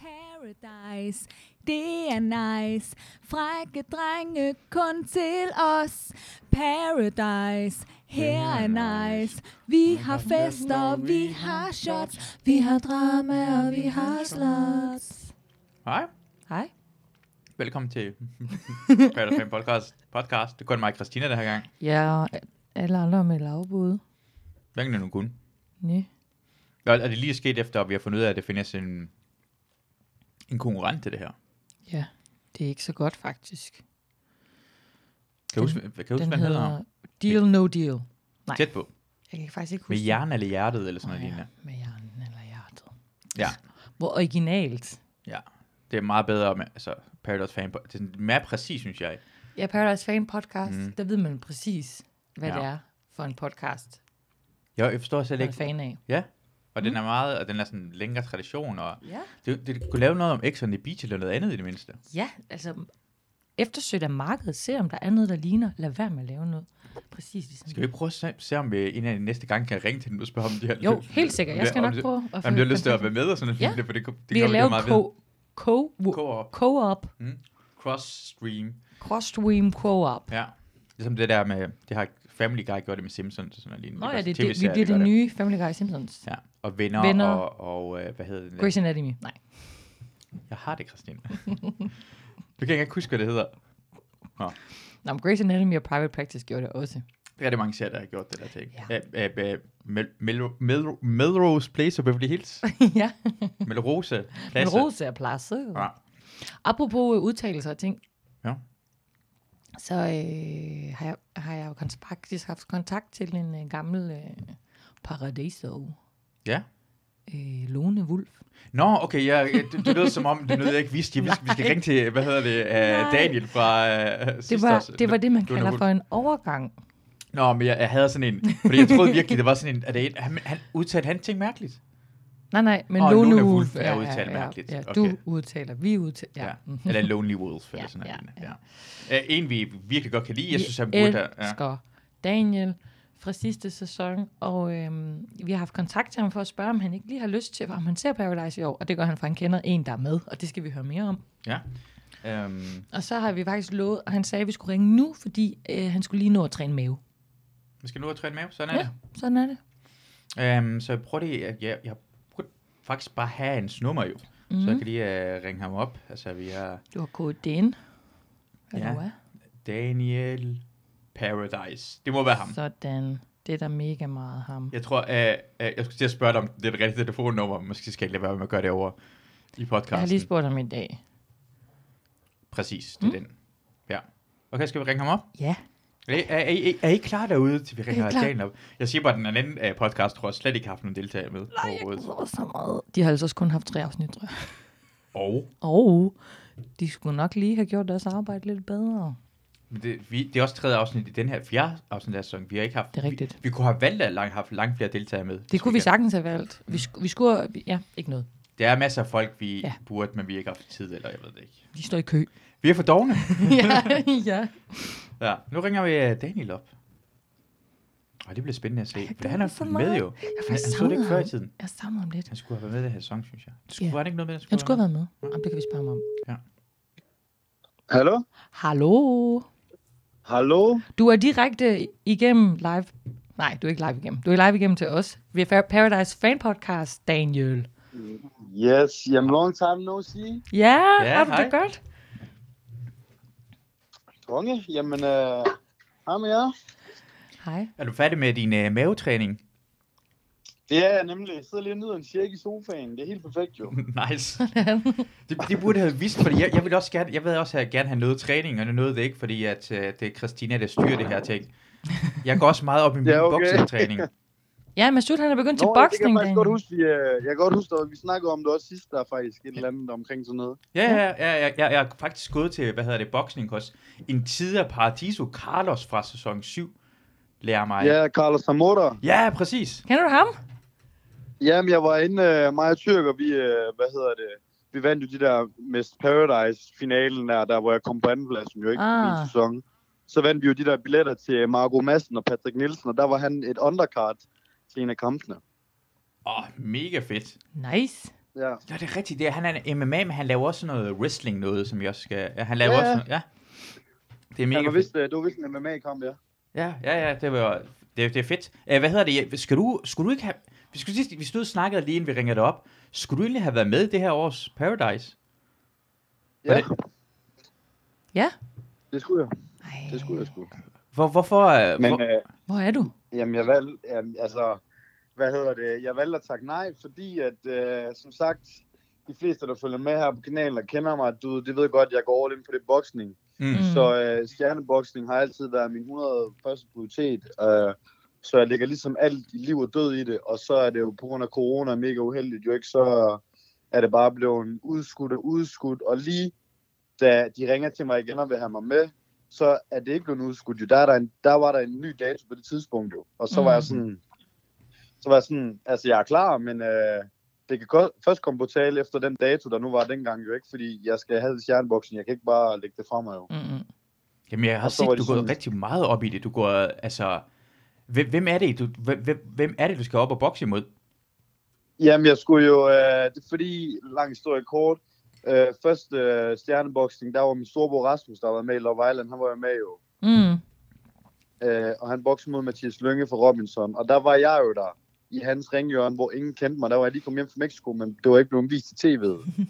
Paradise, det er nice. Frække drenge kun til os. Paradise, her er nice. Vi har fester, vi har shots. Vi har drama, og vi har slots. Hej, Hej. velkommen til Paddle 5 podcast. podcast. Det er kun mig og Christina den her gang. Ja, og alle andre med lavbud. Hverken er nogen kun. Næ. Og og det er lige sket efter, at vi har fundet ud af, at det findes en, en konkurrent til det her. Ja, det er ikke så godt faktisk. Kan du huske, hvad- kan du huske hvad den hedder? Deal No Deal. nej. Tæt på. Jeg kan faktisk ikke huske Med den. hjernen eller hjertet, eller sådan noget Åh, lignende. ja. Med hjernen eller hjertet. Ja. Hvor originalt. Det er meget bedre med altså, Paradise Fan. Det er sådan mere præcis, synes jeg. Ja, Paradise Fan podcast, Mm. mm. der ved man præcis, hvad Ja. ja. det er for en podcast, Jeg, jeg forstår slet man er ikke. fan Mm. af. Og den er meget, og den er sådan en længere tradition. Og Ja. det, det, kunne lave noget om X on the Beach eller noget andet i det mindste. ja, altså eftersøg af markedet, se om der er noget, der ligner. Lad være med at lave noget. Præcis ligesom Skal vi ikke prøve at se, se om vi en af de næste gange kan ringe til dem og spørge om de her? Jo, helt sikkert. Jeg skal om nok det- prøve at Jamen, jeg har lyst til at være med og sådan Ja. noget, ja. for det, kunne- det Vi har kommer lavet meget co- co- ved. co- Co-op. co-op. Cross-stream. Crossstream co-op. Ja. Ligesom det der med, det har Family Guy gjort det med Simpsons og sådan noget lignende. Nå ja, også det, det, vi tv-serier, bliver der det gør nye Family Guy Simpsons. Ja, og venner, venner. Venner. og, og øh, hvad hedder det? Grey's Anatomy. Nej. Jeg har det, Christine. du kan ikke engang huske, hvad det hedder. Nå, men Grey's Anatomy og Private Practice gjorde det også. Det er rigtig mange serier, der har gjort det der ting. Ja. Ja. Æ, æ, æ, Mel, Mel, Mel, Melrose Place og Beverly Hills. ja, Melrose men Place. Rose er plasset. Ja. Apropos øh, udtalelser og ting. Ja. Så øh, har, jeg, har jeg jo kont- faktisk haft kontakt til en øh, gammel øh, Paradiso. Ja. Øh, Lone Wulf. Nå, okay, ja, ja, det, det lød som om, det er noget, jeg ikke vidste. Vi skal, vi skal ringe til, hvad hedder det, uh, Nej. Daniel fra uh, Det var, det var det, man Lone kalder Wulff. for en overgang. Nå, men jeg, jeg havde sådan en, fordi jeg troede virkelig, det var sådan en, at det, en- han, han udtalte han ting mærkeligt. Nej, nej, men Åh, Lone, Lone Wulf. Wulff er udtalt mærkeligt. Ja, Okay. Du udtaler, vi udtaler. Ja. Ja. Mhm. Eller Lonely Wolf, eller Ja, sådan noget. ja, Ja, ja. Uh, en, vi virkelig godt kan lide, jeg Vi synes, han burde der. Ja. elsker Daniel fra sidste sæson, og øhm, vi har haft kontakt til ham for at spørge, om han ikke lige har lyst til, om han ser Paradise i år, og det gør han, for han kender en, der er med, og det skal vi høre mere om. Øhm, Og så har vi faktisk lovet, og han sagde, at vi skulle ringe nu, fordi øh, han skulle lige nå at træne mave. vi skal nu have trænet mave, sådan er Ja. Sådan er det. det. Um, så prøv lige, jeg, jeg, jeg burde faktisk bare have hans nummer jo, mm. Mm. så jeg Så kan lige uh, ringe ham op. Altså, vi har Du har kodet det ind. Eller Ja, hvad? Daniel Paradise. Det må være ham. Sådan. Det er da mega meget ham. Jeg tror, øh, øh, jeg skulle til at spørge dig, om det er det rigtige telefonnummer. Måske skal jeg ikke lade være med at gøre det over i Jeg har podcasten. lige Lige... spurgt ham i dag. Præcis, det er mm. den. Ja. Okay, skal vi ringe ham op? Ja. Er, I- er, er, I- er I klar derude, til vi ringer Er I klar? Daniel op? Jeg siger bare, at den anden øh, podcast tror jeg slet ikke har haft nogen deltagere med Nej, jeg overhovedet. glæder mig så meget. De har altså også kun haft tre afsnit, tror jeg. Og Og de skulle nok lige have gjort deres arbejde lidt bedre. men det, vi, det er også tredje afsnit i den her fjerde afsnit af sæsonen. Vi har ikke haft... Det er rigtigt. Vi, vi kunne have valgt at lang, haft langt flere deltagere med. Det kunne vi sagtens have valgt. Vi, sk- vi skulle... Vi, ja, ikke noget. Der er masser af folk, vi ja. Ja. burde, men vi har ikke haft tid, eller jeg ved det ikke. Vi står i kø. Vi er for dogne. ja, ja. Ja, nu ringer vi øh, Daniel op. Og det bliver spændende at se. For glæder han er mig så med meget. jo. Jeg Han, han så det ikke før i tiden. Jeg savner ham lidt. Han skulle have været med i det her sæson, synes jeg. Skulle, Ja. Var han ikke noget med, at Han skulle have været med. Jamen, det kan vi spørge ham om. Hallo? Hallo? Hallo? Du er direkte igennem live... Nej, du er ikke live igennem. Du er live igennem til os. Vi er Fa- Paradise Fan Podcast, Daniel. Yes, jamen long time no see. Ja, Ja, har du det hej. godt? Konge, jamen, øh, hej med jer. Hej. Er du færdig med din øh, mavetræning? Det er jeg nemlig. Jeg sidder lige og nyder en cirk i sofaen. Det er helt perfekt jo. nice. det, det, burde have vist, fordi jeg, jeg vil også gerne, jeg vil også have, gerne have noget træning, og det nåede det ikke, fordi at, øh, det er Christina, der styrer det her ting. Jeg går også meget op i min Ja, ja, okay. okay. boksetræning. Ja, Masud, han er begyndt til Nå, det kan boksning, jeg faktisk godt Daniel. huske, vi, øh, jeg kan godt huske, at vi snakkede om det også sidst, der er faktisk et eller andet omkring sådan noget. Ja, ja, ja, ja, ja, jeg er faktisk gået til, hvad hedder det, boksning hos en tidligere Paradiso, Carlos fra sæson 7, lærer mig. Ja, Carlos Zamora. ja præcis. Kender du ham? Jamen, jeg var inde, øh, mig og Tyrk, og vi, øh, hvad hedder det, vi vandt jo de der Miss Paradise-finalen der, der hvor jeg kom på andenpladsen jo ikke ah. Ah. i min sæson. Så vandt vi jo de der billetter til Marco Madsen og Patrick Nielsen, og der var han et undercard til en af kampene. Åh, oh, mega fedt. Nice. Ja. Nå, det er rigtigt. Det er, han er en MMA, men han laver også sådan noget wrestling noget, som jeg også skal... ja, Han laver Ja, også... ja. Noget, ja. Det er mega Han var fedt. vist, øh, du var vist en MMA-kamp, ja. Ja, ja, ja, det var... Det, det er fedt. Æh, hvad hedder det? Skal du, skulle du ikke have... Vi, skulle, sidst- vi stod og snakkede lige inden vi ringede dig op. Skulle du egentlig have været med i det her års Paradise? Var Ja, det- Ja. det skulle jeg. Ej, Det skulle jeg sgu. Hvor, hvorfor... øh, Men hvor, øh, hvor er du? jamen, jeg valgte, jamen, altså, hvad hedder det? Jeg valgte at takke nej, fordi at, øh, som sagt, de fleste, der følger med her på kanalen og kender mig, du, de ved godt, at jeg går all in på det boksning. mm, Mm. Mm. Så øh, stjerneboksning har altid været min 100 første prioritet. Øh, så jeg lægger ligesom alt i liv og død i det. Og så er det jo på grund af corona mega uheldigt jo ikke, så er det bare blevet udskudt og udskudt. Og lige da de ringer til mig igen og vil have mig med, så er det ikke blevet udskudt. Jo, der, er der, en, der var der en ny dato på det tidspunkt jo. Og så mm. var Mm. jeg sådan, så var jeg sådan, altså jeg er klar, men øh, det kan godt, først komme på tale efter den dato, der nu var dengang jo ikke, fordi jeg skal have stjerneboksen. Jeg kan ikke bare lægge det fra mig jo. Mm-mm. jamen, jeg har og så set, var du det går sådan- rigtig meget op i det. Du går... Altså... Hvem, hvem er det, du, hvem, hvem- hvem er det, du skal op og bokse imod? Jamen, jeg skulle jo, øh, det er fordi, lang historie kort, øh, først øh, stjerneboksning, der var min storebror Rasmus, der var med i Love Island, han var jo med jo, Mm. øh, og han boksede mod Mathias Lønge fra Robinson, og der var jeg jo der, i hans ringjørn, hvor ingen kendte mig, der var jeg lige kommet hjem fra Mexico, men det var ikke blevet vist til tv'et.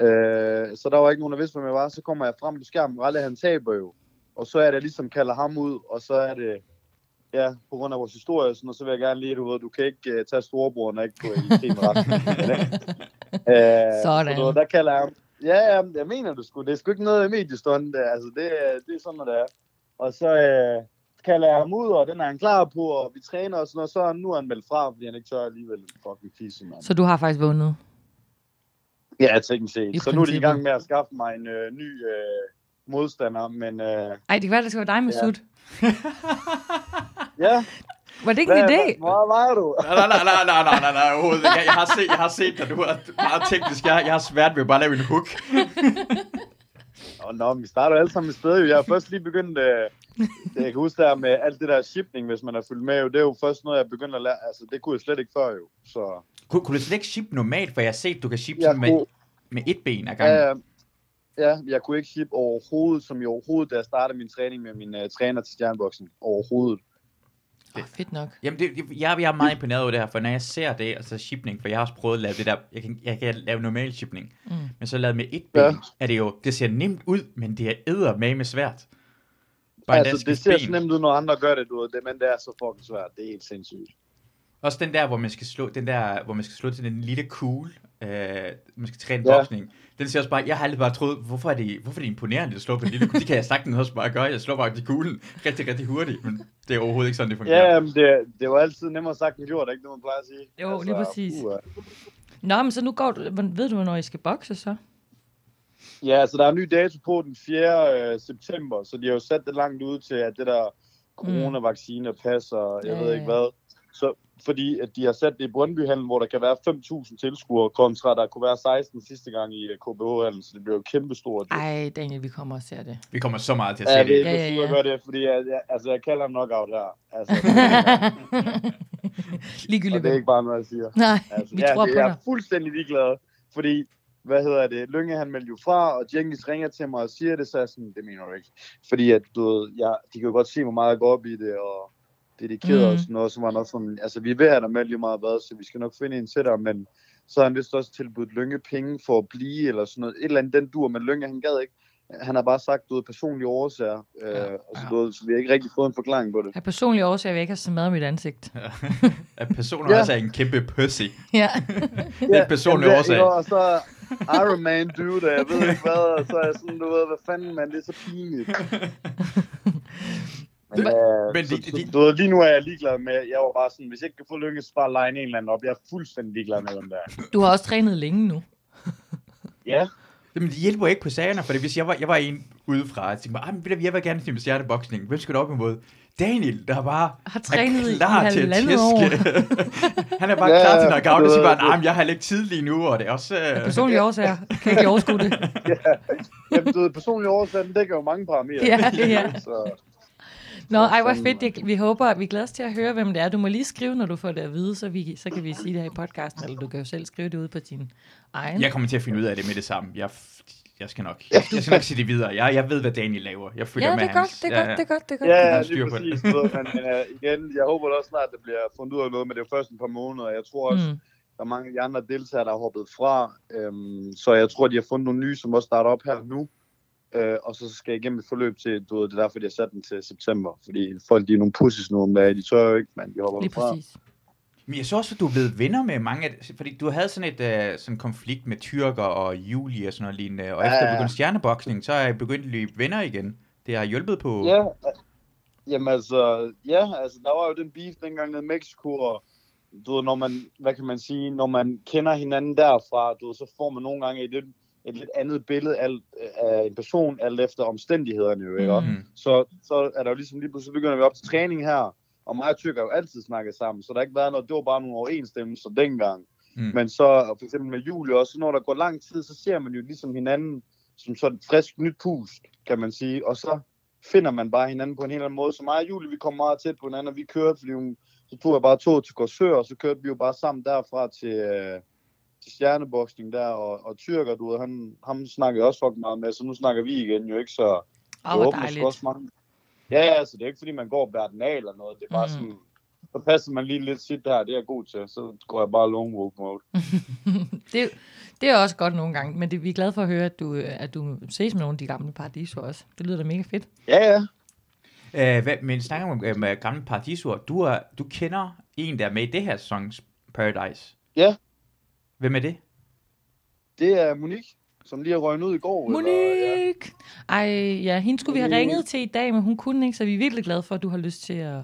øh, så der var ikke nogen, der vidste, hvem jeg var, så kommer jeg frem på skærmen, og alle han taber jo, og så er det jeg ligesom kalder ham ud, og så er det, ja, på grund af vores historie og sådan, og så vil jeg gerne lige, du ved, du kan ikke uh, tage storebroren og ikke gå i krig med resten. Øh, Sådan. så du ved, der kalder jeg ham. Ja, ja, men jeg mener du sgu. Det er sgu ikke noget mediestånd. Altså, det, er- det er sådan, noget, det er. Og så øh, kalder jeg ham ud, og den er han klar på, og vi træner og sådan noget. Så er han- nu er han meldt fra, fordi han ikke tør alligevel fucking fisse, mand. Så du har faktisk vundet. Ja, teknisk set. I så nu er de i princippet. gang med at skaffe mig en øh, ny øh, modstander, men øh, Ej, det kan være, det skal være dig, Masud. Ja. ja. Var det ikke en idé? Hvor var du? Nej, nej, nej, nej, nej, nej, nej, nej, overhovedet ikke. jeg, jeg, har set, jeg har set dig, du er meget teknisk. Jeg, jeg har svært ved at bare lave en hook. Og nå, men vi starter jo alle sammen et sted. jo. Jeg har først lige begyndt... Øh, jeg kan huske der med alt det der shipping, hvis man har fulgt med. Jo, det er jo først noget, jeg begyndte at lære. Altså, det kunne jeg slet ikke før jo. Så Kunne, kunne du slet ikke ship normalt, for jeg har set, du kan ship jeg, sådan med, kunne, med et ben ad gangen. ja, Øh, ja, jeg kunne ikke ship overhovedet, som i overhovedet, da jeg startede min træning med min øh, træner til stjerneboksen. Overhovedet. Åh, fedt nok. Jamen, det, det- jeg, jeg er meget imponeret over det her, for når jeg ser det, altså shipning, for jeg har også prøvet at lave det der, jeg kan, jeg kan lave normal shipning, Mm. men så lavet med et ben, Ja. ja. er det jo, det ser nemt ud, men det er eddermame med svært. Bare en Altså, dansk det ser ben. så nemt ud, når andre gør det, du ved det, men det er så fucking svært. Det er helt sindssygt. Også den der, hvor man skal slå, den der, hvor man skal slå til den lille kugle, øh, man skal træne Ja. ja. boksning. Den ser også bare, jeg har aldrig bare troet, hvorfor er det, hvorfor er det imponerende at slå på en lille kugle? Det kan jeg sagtens også bare gøre, jeg slår bare til kuglen rigtig, rigtig hurtigt, men det er overhovedet ikke sådan, det fungerer. Ja, men det, det var altid nemmere sagt end gjort, er ikke det, man plejer at sige? Altså, uh, Jo, lige præcis. puha. Nå, men så nu går du... Hvor- Ved du, hvornår I skal bokse så? Ja, så der er en ny dato på den 4. Øh, september, så de har jo sat det langt ud til, at det der coronavaccine passer, Ja, jeg ja, ja, ved ikke ja. hvad. Så, fordi at de har sat det i Brøndbyhallen, hvor der kan være 5.000 tilskuere, kontra der kunne være 16 sidste gang i øh, KBH-hallen, så det bliver jo kæmpestort. jo. Ej, Daniel, vi kommer og ser det. Vi kommer så meget til at se Ja, det er det. ikke Ja, ja, ja. ja, ja, at gøre det, fordi jeg, jeg, altså, jeg kalder ham knockout her. Altså, Ligegyldigt. og det er ikke bare noget, jeg siger. Nej, Altså, vi ja, tror det, på jeg dig. er fuldstændig ligeglad, fordi, hvad hedder det, Lønge han meldte jo fra, og Jenkins ringer til mig og siger det, så er jeg sådan, det mener du ikke. Fordi at, du ved, jeg, de kan jo godt se, hvor meget jeg går op i det, og dedikeret mm. Mm. og sådan noget, så var han også sådan, altså vi er ved at have dig med lige meget hvad, så vi skal nok finde en til dig, men så har han vist også tilbudt Lønge penge for at blive, eller sådan noget, et eller andet, den dur, men Lønge han gad ikke. Han har bare sagt, du ved, personlige årsager, øh, Ja, ja, og så, ja. du ved, så vi har ikke rigtig fået en forklaring på det. Af personlige årsager vil jeg ikke have smadret mit ansigt. At personen Ja. også er en kæmpe pussy. Ja. Den personlige jamen, det- årsag. ikke, Og så Iron Man dude, og jeg ved ikke hvad, og så er jeg sådan, du ved, hvad fanden, man, det er så pinligt. Men, Men- øh, men men de- så, de- så, du ved, lige nu er jeg ligeglad med, jeg var bare sådan, hvis jeg ikke kan få lykke, så bare line en eller anden op. Jeg er fuldstændig ligeglad med dem der. Du har også trænet længe nu. Ja, Jamen, det hjælper ikke på sagerne, for hvis jeg var, jeg var en udefra, og tænkte mig, "Ej, men ved du, jeg vil gerne til stjerneboksning. Hvem skal du op imod? Daniel, der bare Har trænet er i klar til at halvandet tæske. år. han er bare Ja, klar til knockout, og det- siger bare, nej, jeg har heller ikke tid lige nu, og det er også... Af Øh, personlige årsager kan ikke lige overskue det. jamen, du ved, personlige årsager, den dækker jo mange parametre. Ja, ja. Så, Nå, ej, hvor fedt. Det, vi håber, at vi glæder os til at høre, hvem det er. Du må lige skrive, når du får det at vide, så, vi, så kan vi sige det her i podcasten, eller du kan jo selv skrive det ud på din egen. Jeg kommer til at finde ud af det med det samme. Jeg, jeg skal nok, jeg skal nok sige det videre. Jeg, jeg ved, hvad Daniel laver. Jeg følger ja, med det er hans. godt, det er godt, det er godt, det er godt. Ja, ja, har styr lige på det. præcis. du ved, men, men uh, igen, jeg håber da også snart, det bliver fundet ud af noget, men det er jo først en par måneder. og Jeg tror også, mm. Mm. der er mange af de andre deltagere, der er hoppet fra. Øhm, så jeg tror, de har fundet nogle nye, som også starter op her nu. Øh, og så skal jeg igennem et forløb til, du ved, det er derfor, de har sat den til september. Fordi folk, de er nogle pussis nu om dagen. De tør jo ikke, men de hopper Lige fra. præcis. Men jeg så også, at du er blevet venner med mange af... Fordi du havde sådan et uh, sådan konflikt med tyrker og Julie og sådan noget lignende. Og Ja, efter du ja, ja. begyndte stjerneboksning, så er jeg begyndt at løbe venner igen. Det har hjulpet på... Ja, øh, jamen altså, ja, altså, der var jo den beef dengang nede i Mexico, og du ved, når man, hvad kan man sige, når man kender hinanden derfra, du ved, så får man nogle gange et, lidt- et lidt andet billede af, af en person, alt efter omstændighederne jo, ikke? Mm. Mm. Så, så er der jo ligesom lige pludselig begynder vi op til træning her, og mig og Tyrk har jo altid snakket sammen, så der har ikke været noget, det var bare nogle overensstemmelser dengang. Mm. Mm. Men så, og for eksempel med Julie også, så når der går lang tid, så ser man jo ligesom hinanden som sådan et frisk nyt pust, kan man sige, og så finder man bare hinanden på en helt anden måde. Så mig og Julie, vi kom meget tæt på hinanden, og vi kørte, fordi hun, så tog jeg bare toget til Korsør, og så kørte vi jo bare sammen derfra til, øh, til stjerneboksning der, og, og Tyrker, du ved, han, ham snakkede jeg også fucking meget med, så nu snakker vi igen jo ikke, så Åh, jeg hvor håber måske dejligt. Også mange... Ja, ja, altså, det er ikke, fordi man går verden af eller noget. Det er bare Mm. mm. sådan, så passer man lige lidt sit der, det er jeg god til. Så går jeg bare lone wolf mode. det, det er også godt nogle gange, men det, vi er glade for at høre, at du, øh, at du ses med nogle af de gamle paradiso også. Det lyder da mega fedt. Ja, ja. Øh, hvad, men snakker om øh, med gamle paradisur. Du, er, du kender en, der er med i det her songs Paradise. Ja. Hvem er det? Det er Monique, som lige har røgnet ud i går. Eller, ja. Monique! Ej, ja, hende skulle vi have Monique. ringet til i dag, men hun kunne ikke, så vi er virkelig glade for, at du har lyst til at,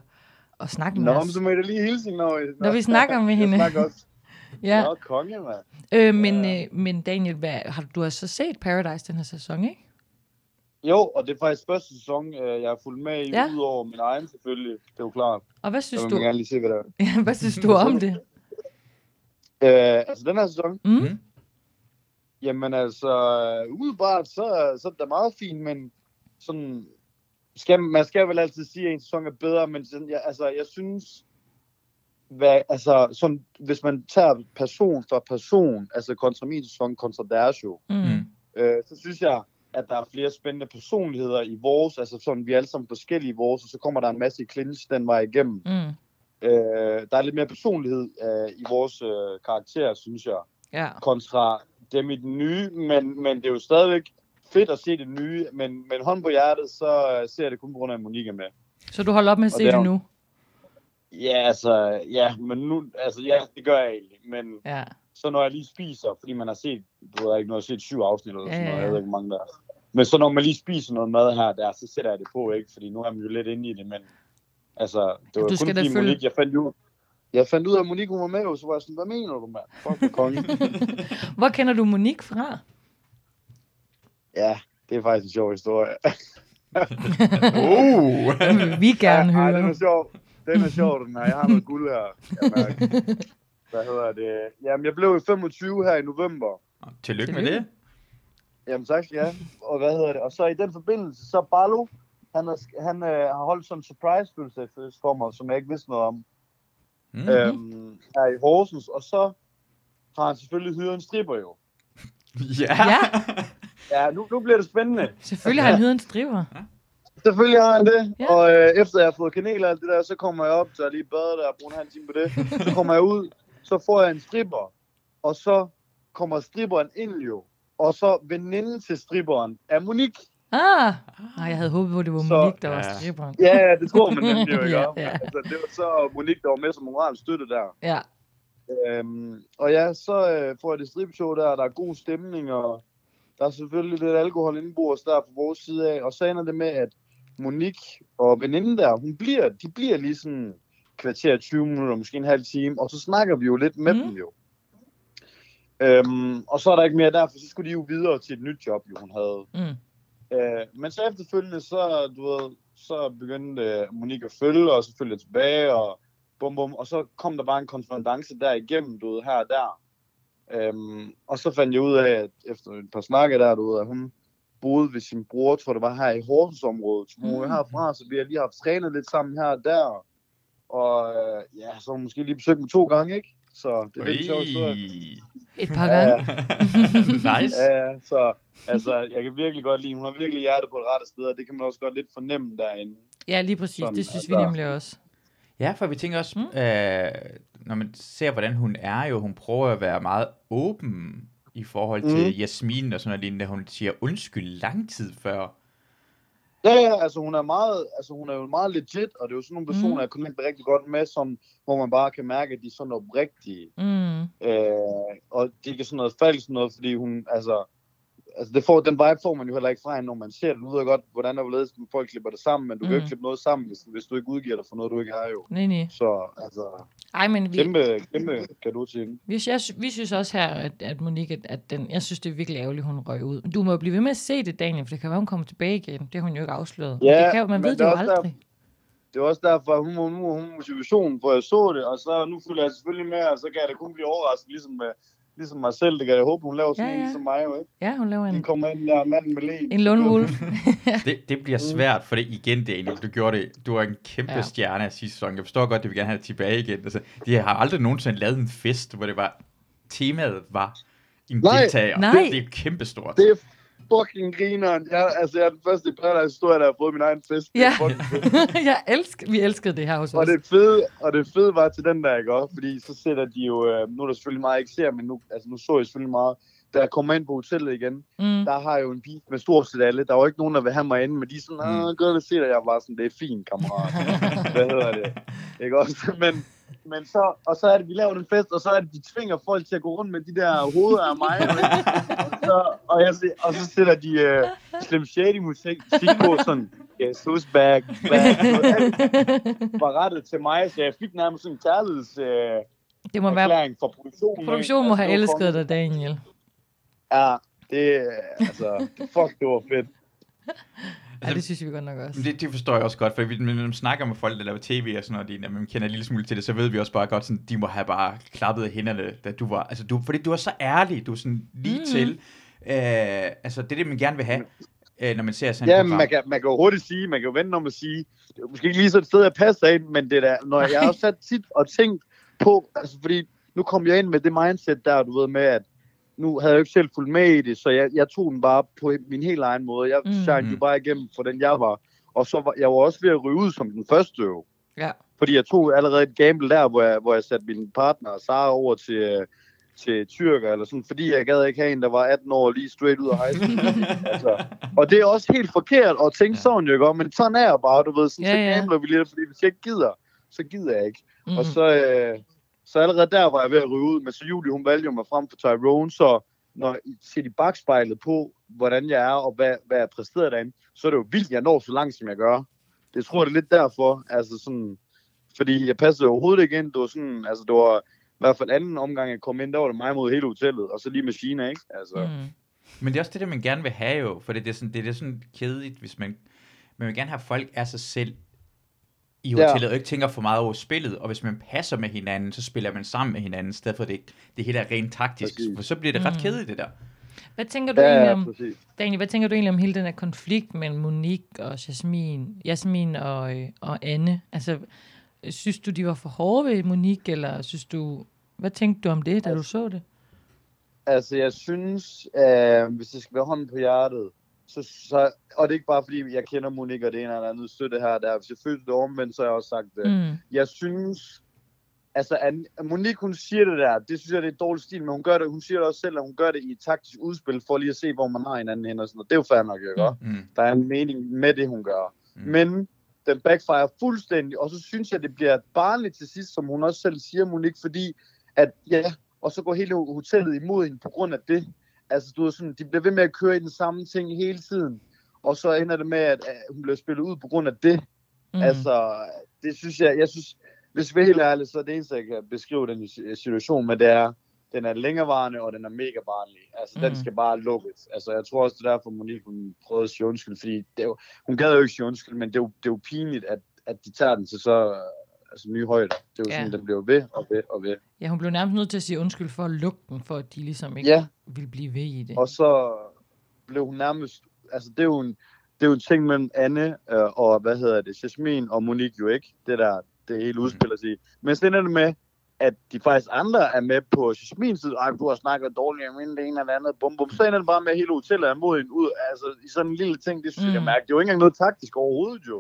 at snakke med Nå, men os. så må jeg da lige hilse hende, når, I- Når vi snakker med hende. Jeg snakker også. Ja. Ja, Nå, konge, mand. øh, men, Ja. øh, men Daniel, hvad, har, du har så set Paradise den her sæson, ikke? Jo, og det er faktisk første sæson, øh, jeg har fulgt med i, Ja. ja. udover min egen selvfølgelig. Det er jo klart. Og hvad Så synes, vil du, man gerne lige se, hvad der er. ja, hvad synes du om det? Øh, altså, den her sæson, Mm? Mm. Jamen altså, umiddelbart, så, så er det da meget fint, men sådan, skal, man skal vel altid sige, at en sæson er bedre, men sådan, jeg, altså, jeg synes, hvad, altså, sådan, hvis man tager person for person, altså kontra min sæson, kontra deres jo, Mm. Mm. øh, så synes jeg, at der er flere spændende personligheder i vores, altså sådan, vi er alle sammen forskellige i vores, og så kommer der en masse clinch den vej igennem. Mm. Øh, der er lidt mere personlighed øh, i vores øh, karakterer, synes jeg Ja. kontra dem i den nye, men, men det er jo stadigvæk fedt at se det nye, men, men hånd på hjertet, så øh, ser jeg det kun på grund af, at Monika med. Så du holder op med at Og se det er det hun. nu? Ja, altså, ja, men nu, altså, ja, det gør jeg egentlig, men Ja. så når jeg lige spiser, fordi man har set, du ved ikke, nu har jeg set syv afsnit eller Ja, sådan ja, noget, ja. jeg ved ikke, hvor mange der er. Men så når man lige spiser noget mad her og der, så sætter jeg det på, ikke? Fordi nu er man jo lidt inde i det, men altså, det du var kun skal da fordi følge- Monique, jeg fandt jo, jeg fandt ud af, at Monique hun var med, og så var jeg sådan, hvad mener du, mand? Fuck, hvor konge. Hvor kender du Monique fra? ja, det er faktisk en sjov historie. Oh! Den vil vi gerne Ej, høre. den er sjov. Den er sjov, den her. Jeg har noget guld her. Jeg mærker. Hvad hedder det? Jamen, jeg blev jo 25 her i november. Tillykke med Tillykke. det. Jamen, tak skal jeg. have. Og hvad hedder det? Og så i den forbindelse, så Barlo, han har, sk- han, øh, har holdt sådan en surprise fødselsdagsfest for mig, som jeg ikke vidste noget om. Mm. Mhm. Mm. Øhm, her i Horsens. Og så har han selvfølgelig hyret en stripper jo. Ja. Ja. Ja, nu, nu bliver det spændende. Selvfølgelig har han hyret en striver. Selvfølgelig har han det. Ja. Ja. Og øh, efter jeg har fået kanel og alt det der, så kommer jeg op, så jeg lige bader der og bruger en halv time på det. Så kommer jeg ud, så får jeg en stripper. Og så kommer stripperen ind jo. Og så veninden til stripperen er Monique. Ah, nej, jeg havde håbet på, at det var Så- Monique, der var Ja. striberen. Ja, ja, det tror man nemlig jo ikke. Ja, ja, ja. ja. Altså, det var så Monique, der var med som moral støtte der. Ja. Øhm, og ja, så øh, får jeg det stripshow der, og der er god stemning, og der er selvfølgelig lidt alkohol indenbords der på vores side af. Og så ender det med, at Monique og veninden der, hun bliver, de bliver lige sådan kvarter 20 minutter, måske en halv time, og så snakker vi jo lidt med Mm. mm. dem jo. Øhm, og så er der ikke mere derfor, så skulle de jo videre til et nyt job, jo hun havde. Mm. Øh, men så efterfølgende, så, du ved, så begyndte øh, Monique at følge, og så følge tilbage, og bum bum, og så kom der bare en konference der igennem, du ved, her og der. Øhm, og så fandt jeg ud af, at efter et par snakke der, du ved, at hun, boede ved sin bror, tror det var her i Horsensområdet. Så hun er Mm. herfra, så vi har lige haft trænet lidt sammen her og der. Og øh, ja, så har hun måske lige besøgt mig to gange, ikke? Så Øh. det er lidt sjovt. Et par Ja, gange. ja. nice. Ja, ja, så altså, jeg kan virkelig godt lide, hun har virkelig hjertet på det rette sted, og det kan man også godt lidt fornemme derinde. Ja, lige præcis. Sådan, Det synes vi altså. nemlig også. Ja, for vi tænker også, Hmm. øh, når man ser, hvordan hun er jo, hun prøver at være meget åben i forhold til Mm. Jasmin og sådan noget lignende. Hun siger undskyld lang tid før. Ja, ja, altså hun er meget, altså hun er jo meget legit, og det er jo sådan nogle personer, Mm. mm. jeg connecter rigtig godt med, som, hvor man bare kan mærke, at de er sådan oprigtige. Mm. Øh, og det er ikke sådan noget falsk noget, fordi hun, altså, altså det får, den vibe får man jo heller ikke fra hende, når man ser det. Du ved jo godt, hvordan der hvorledes folk klipper det sammen, men du mm. kan jo Mm. ikke klippe noget sammen, hvis, hvis du ikke udgiver dig for noget, du ikke har jo. Nej, nej. Så altså, Ej, men vi, kæmpe, kæmpe gave til hende. vi, jeg, vi synes også her, at, at Monique, at, at den, jeg synes, det er virkelig ærgerligt, hun røg ud. Du må jo blive ved med at se det, Daniel, for det kan være, hun kommer tilbage igen. Det har hun jo ikke afsløret. Ja, det kan, jo- man men ved det det er jo også der- aldrig. Det var også derfor, at hun var hun, var- hun var motivationen, for jeg så det, og så nu følger jeg selvfølgelig med, og så kan jeg da kun blive overrasket, ligesom, med, ligesom mig selv. Det kan jeg håbe, hun laver sådan Ja, ja, ja. en ja. som mig, jo, ikke? Ja, hun laver Den en, kommer ind der manden med le. en lone wolf. Det, det bliver Mm. svært, for det igen, Daniel, du gjorde det. Du er en kæmpe Ja. ja. stjerne af sidste sæson. Jeg forstår godt, at de vil gerne have det tilbage igen. Altså, de har aldrig nogensinde lavet en fest, hvor det var, temaet var en Nej. deltager. Nej. Det, det er kæmpestort. Det er fucking grineren. Jeg, altså, jeg er den første i Paradise-historie, der har fået min egen fest. Det er Ja. fucking fedt. jeg elsker, vi elskede det her hos Og os. det fede, og det fede var til den der, ikke også? Fordi så sætter de jo, øh, nu er der selvfølgelig meget, jeg ikke ser, men nu, altså, nu så jeg selvfølgelig meget. Da jeg kommer ind på hotellet igen, Mm. der har jeg jo en pige med stort set alle. Der var ikke nogen, der vil have mig inde, men de er sådan, Mm. ah, godt at se dig. Jeg var sådan, det er fint, kammerat. Hvad hedder det? Ikke også? Men, men så, og så er det, vi laver en fest, og så er det, de tvinger folk til at gå rundt med de der hoveder af mig. ikke? og, så, og, jeg, se- og så sætter de øh, Slim Shady musik, musik på sådan, yes, who's back, back. Alt var rettet til mig, så jeg fik nærmest sådan en kærlighedserklæring Det må øh, være, erklæring fra produktionen. ikke? produktionen må Altså, have det var elsket kongen. dig, Daniel. Ja, det, øh, altså, fuck, det var fedt. Ja, det synes vi godt nok også. Men Altså, Det, det forstår jeg også godt, for vi, når man snakker med folk, der laver tv og sådan noget, lignende, og man kender en lille smule til det, så ved vi også bare godt, sådan, de må have bare klappet af hænderne, da du var, altså du, fordi du er så ærlig, du er sådan lige Mhm. mm-hmm. til, øh, altså det er det, man gerne vil have, øh, når man ser sådan Ja, et men program. man kan, man kan jo hurtigt sige, man kan jo vente om at sige, det er måske ikke lige så et sted, jeg passer ind, men det der, når jeg har også sat tit og tænkt på, altså fordi nu kom jeg ind med det mindset der, du ved med, at nu havde jeg jo ikke selv fulgt med i det, så jeg, jeg tog den bare på min helt egen måde. Jeg Mm. mm. shinede jo Mm. bare igennem for den, jeg var. Og så var jeg var også ved at ryge ud som den første jo. Ja. Fordi jeg tog allerede et gamble der, hvor jeg, hvor jeg satte min partner Sara over til, øh, til tyrker, eller sådan, fordi jeg gad ikke have en, der var 18 år lige straight ud af high school. altså, og det er også helt forkert at tænke Ja. ja. sådan, jo, ikke? men sådan er jeg bare, du ved, sådan, Ja, ja, så ja. gambler vi lidt, fordi hvis jeg ikke gider, så gider jeg ikke. Mm. Mm. Og så, øh, så allerede der var jeg ved at ryge ud, men så Julie, hun valgte jo mig frem for Tyrone, så når I ser i bagspejlet på, hvordan jeg er, og hvad, hvad jeg præsterede derinde, så er det jo vildt, jeg når så langt, som jeg gør. Det tror jeg, det er lidt derfor, altså sådan, fordi jeg passede overhovedet ikke ind, det var sådan, altså det var i hvert fald anden omgang, jeg kom ind, der var det mig mod hele hotellet, og så lige med Gina, ikke? Altså, mm. Mm. Men det er også det, der man gerne vil have jo, for det er sådan, det er det er sådan kedeligt, hvis man, man vil gerne have at folk af sig selv i Ja. hotellet, og ikke tænker for meget over spillet, og hvis man passer med hinanden, så spiller man sammen med hinanden, i stedet for at det, ikke- det hele er rent taktisk, Præcis. for så bliver det ret Mm. kedeligt det der. Hvad tænker du ja, egentlig ja, om, præcis. Daniel, hvad tænker du egentlig om hele den her konflikt mellem Monique og Jasmin, Jasmin og, øh, og Anne? Altså, øh, synes du, de var for hårde ved Monique, eller synes du... Hvad tænkte du om det, da du så det? Altså, jeg synes, øh, hvis det skal være hånden på hjertet, så, så, og det er ikke bare fordi, jeg kender Monika, og det ene eller andet støtte her og der. Hvis jeg følte det omvendt, så har jeg også sagt det. Mm. Mm. Jeg synes, altså, An- Monique, hun siger det der, det synes jeg, det er et dårligt stil, men hun, gør det, hun siger det også selv, at hun gør det i et taktisk udspil, for lige at se, hvor man har hinanden hen og sådan noget. Det er jo fair nok, ikke? Mm. Mm. Der er en mening med det, hun gør. Mm. Mm. Men den backfire fuldstændig, og så synes jeg, det bliver barnligt til sidst, som hun også selv siger, Monique, fordi at ja, og så går hele hotellet imod hende på grund af det. Altså, du ved, sådan, de bliver ved med at køre i den samme ting hele tiden, og så ender det med, at, at hun bliver spillet ud på grund af det. Mm. Mm. Altså, det synes jeg, jeg synes, hvis vi er helt ærlige, så er det eneste, jeg kan beskrive den si- situation med, det er, den er længerevarende, og den er mega barnlig. Altså, mm. Mm. den skal bare lukkes. Altså, jeg tror også, det er derfor, Monique, hun prøvede at sige undskyld, fordi det er jo, hun gad jo ikke sige undskyld, men det er jo, det er jo pinligt, at, at de tager den til så øh, altså, nye højder. Det er jo Ja. ja. sådan, den bliver ved og ved og ved. Ja, hun blev nærmest nødt til at sige undskyld for at lukke den, for at de ligesom ikke Ja, ville blive ved i det. og så blev hun nærmest altså, det er jo en, det er jo en ting mellem Anne øh, og, hvad hedder det, Jasmin og Monique jo ikke. Det der, det hele udspiller sig i. Men så ender det med, at de faktisk andre er med på Jasmins side. Ej, du har snakket dårligt om hende, det ene og det andet. Bum, bum. Så ender det bare med, at hele hotellet er mod hende ud. Altså, i sådan en lille ting, det synes mm. jeg Mm. mærke. Det er jo ikke engang noget taktisk overhovedet, jo.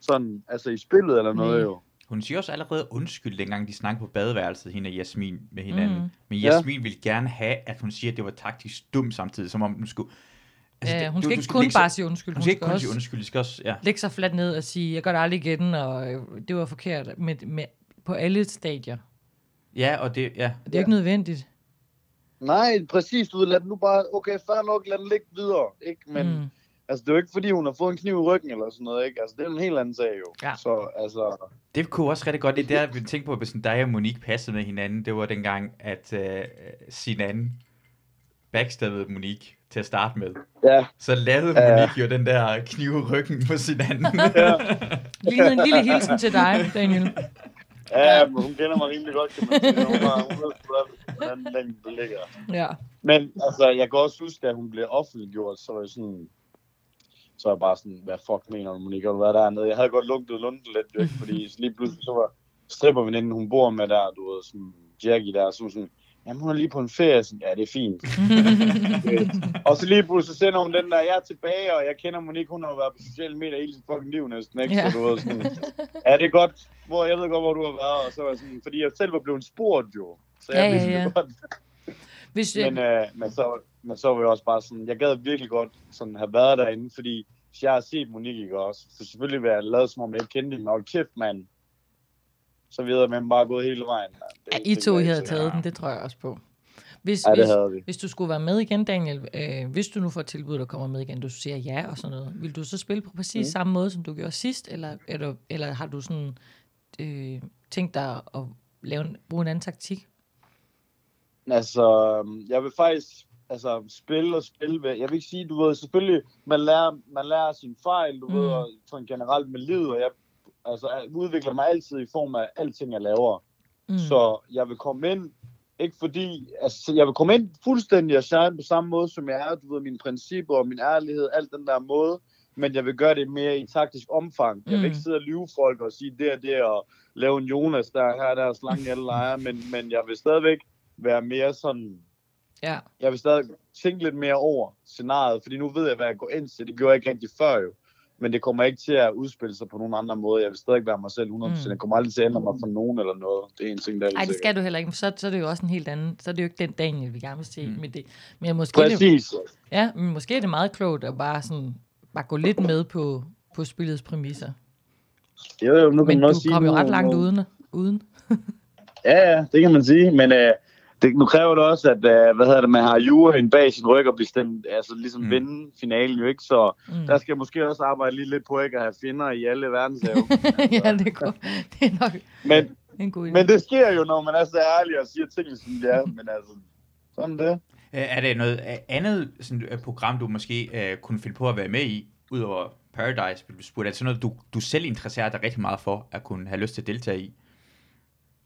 Sådan, altså i spillet eller noget, Nej. jo. Hun siger også allerede undskyld, dengang de snakkede på badeværelset, hende og Jasmin med hinanden. Mm. Mhm. Men Ja. Jasmin ville gerne have, at hun siger, at det var taktisk dumt samtidig, som om hun skulle... Altså, Ja, det- Øh, hun du- skal du ikke kun lægge sig- bare sige undskyld. Hun skal ikke kun sige også undskyld, de skal også... Ja. lægge sig fladt ned og sige, jeg gør det aldrig igen, og øh, det var forkert med, med, på alle stadier. ja, og det... Ja. Det er ja. ikke nødvendigt. Nej, præcis. Du ved, lad den nu bare, okay, fair nok, lad den ligge videre. Ikke? Men mm. mm. altså, det er jo ikke, fordi hun har fået en kniv i ryggen eller sådan noget. Ikke? Altså, det er jo en helt anden sag jo. Ja. Så altså, Det kunne også rigtig godt, det er der, vi tænkte på, hvis sådan dig og Monique passede med hinanden, det var dengang, at øh, Sinan backstabbede Monique til at starte med. ja. Så lavede Ja. Monique jo den der knive i ryggen på Sinan. Lige en lille hilsen til dig, Daniel. Ja, men hun kender mig rimelig godt, kan man sige. Hun har, hun ved, sgu da, hvordan den ligger. Ja. Men altså, jeg kan også huske, da hun blev offentliggjort, så var jeg sådan... Så var jeg bare sådan, hvad fuck mener du, Monika, har du været dernede? Jeg havde godt lugtet lunden lidt, jo, ikke? fordi så lige pludselig så var stripperveninden, hun bor med der, du ved, sådan Jackie der, så var hun sådan, jamen hun er lige på en ferie, sådan, ja, det er fint. Øh, og så lige pludselig så sender hun den der, jeg er tilbage, og jeg kender Monique, hun har jo været på sociale medier hele sit fucking liv næsten, ikke? Ja. Så du ved, sådan, ja, det er godt, hvor, jeg ved godt, hvor du har været, og så var jeg sådan, fordi jeg selv var blevet spurgt jo, så jeg Ja, ja, vidste det ja. godt, Hvis, men, øh, men, så, men så var jeg også bare sådan, jeg gad virkelig godt sådan have været derinde, fordi hvis jeg har set Monique ikke også, så selvfølgelig vil jeg lade som om jeg ikke kendte hende, og hold kæft mand, så videre man bare gået hele vejen. mand. Det er ja, helt I to I sikkert. havde taget den, det tror jeg også på. Hvis, Ja, det hvis, havde vi. hvis du skulle være med igen, Daniel, øh, hvis du nu får tilbud, der kommer med igen, du siger ja og sådan noget, vil du så spille på præcis mm. samme måde, som du gjorde sidst, eller, eller, eller har du sådan øh, tænkt dig at lave en, bruge en anden taktik? Altså, øhm, jeg vil faktisk altså, spille og spille. Med. Jeg vil ikke sige, du ved, selvfølgelig, man lærer, man lærer sin fejl, du mm. Mm. ved, og sådan generelt med livet, og jeg altså, jeg udvikler mig altid i form af alting, jeg laver. Mm. Så jeg vil komme ind, ikke fordi, altså jeg vil komme ind fuldstændig og shine på samme måde, som jeg er, du ved, mine principper og min ærlighed, alt den der måde, men jeg vil gøre det mere i taktisk omfang. Jeg vil Mm. ikke sidde og lyve folk og sige det og det og lave en Jonas der, her der, slange alle lejer, men, men jeg vil stadigvæk være mere sådan, ja. jeg vil stadig tænke lidt mere over scenariet, fordi nu ved jeg, hvad jeg går ind til. Det gjorde jeg ikke rigtig før jo. Men det kommer ikke til at udspille sig på nogen andre måde. Jeg vil stadig være mig selv 100%. Mm. Mm. Jeg kommer aldrig til at ændre mig for nogen eller noget. Det er en ting, der er Ej, det sikkert. skal du heller ikke, men så, så er det jo også en helt anden, så er det jo ikke den Daniel, vi gerne vil se Mm. mm. med det. Men jeg måske, er det, Præcis. ja, men måske er det meget klogt at bare, sådan, bare gå lidt med på, på spillets præmisser. Jo, jo, nu Men kan man du også sige, kom jo nu- ret langt nu- uden. uden. Ja, ja, det kan man sige. Men øh, det, nu kræver det også, at øh, hvad hedder det, man har juraen bag sin ryg og bliver stemt, altså ligesom Mm. mm. vinde finalen jo ikke. Så Mm. der skal jeg måske også arbejde lige lidt på ikke at have finder i alle verdenshave. ja, det er, godt. det er nok men, en god idé. men det sker jo, når man er så ærlig og siger tingene, som de er. Men altså, sådan er det. Øh, Er der noget øh, andet sådan, øh, program, du måske uh, kunne finde på at være med i, udover Paradise, blev du spurgt? Er det sådan noget, du, du selv interesserer dig rigtig meget for, at kunne have lyst til at deltage i?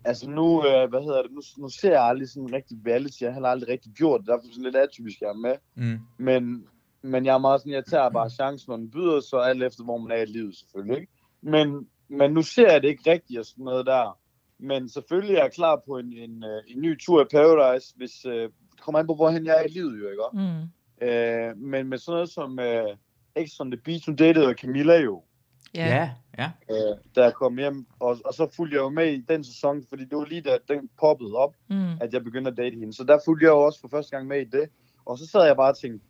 Altså nu, øh, hvad hedder det, nu, nu ser jeg aldrig sådan rigtig reality, jeg har heller aldrig rigtig gjort det, derfor er det sådan lidt atypisk, jeg er med. Mm. Men, men jeg er meget sådan, jeg tager bare chancen, når den byder, så alt efter, hvor man er i livet selvfølgelig. Ikke? Men, men nu ser jeg det ikke rigtigt og sådan noget der. Men selvfølgelig er jeg klar på en, en, øh, en ny tur i Paradise, hvis øh, det kommer an på, hvorhen jeg er i livet jo, ikke? Mm. Øh, men med sådan noget som øh, X on the Beach, nu datede jeg Camilla jo Ja. ja. ja. øh, da jeg kom hjem. Og, og så fulgte jeg jo med i den sæson, fordi det var lige da den poppede op, Mm. at jeg begyndte at date hende. Så der fulgte jeg jo også for første gang med i det. Og så sad jeg bare og tænkte,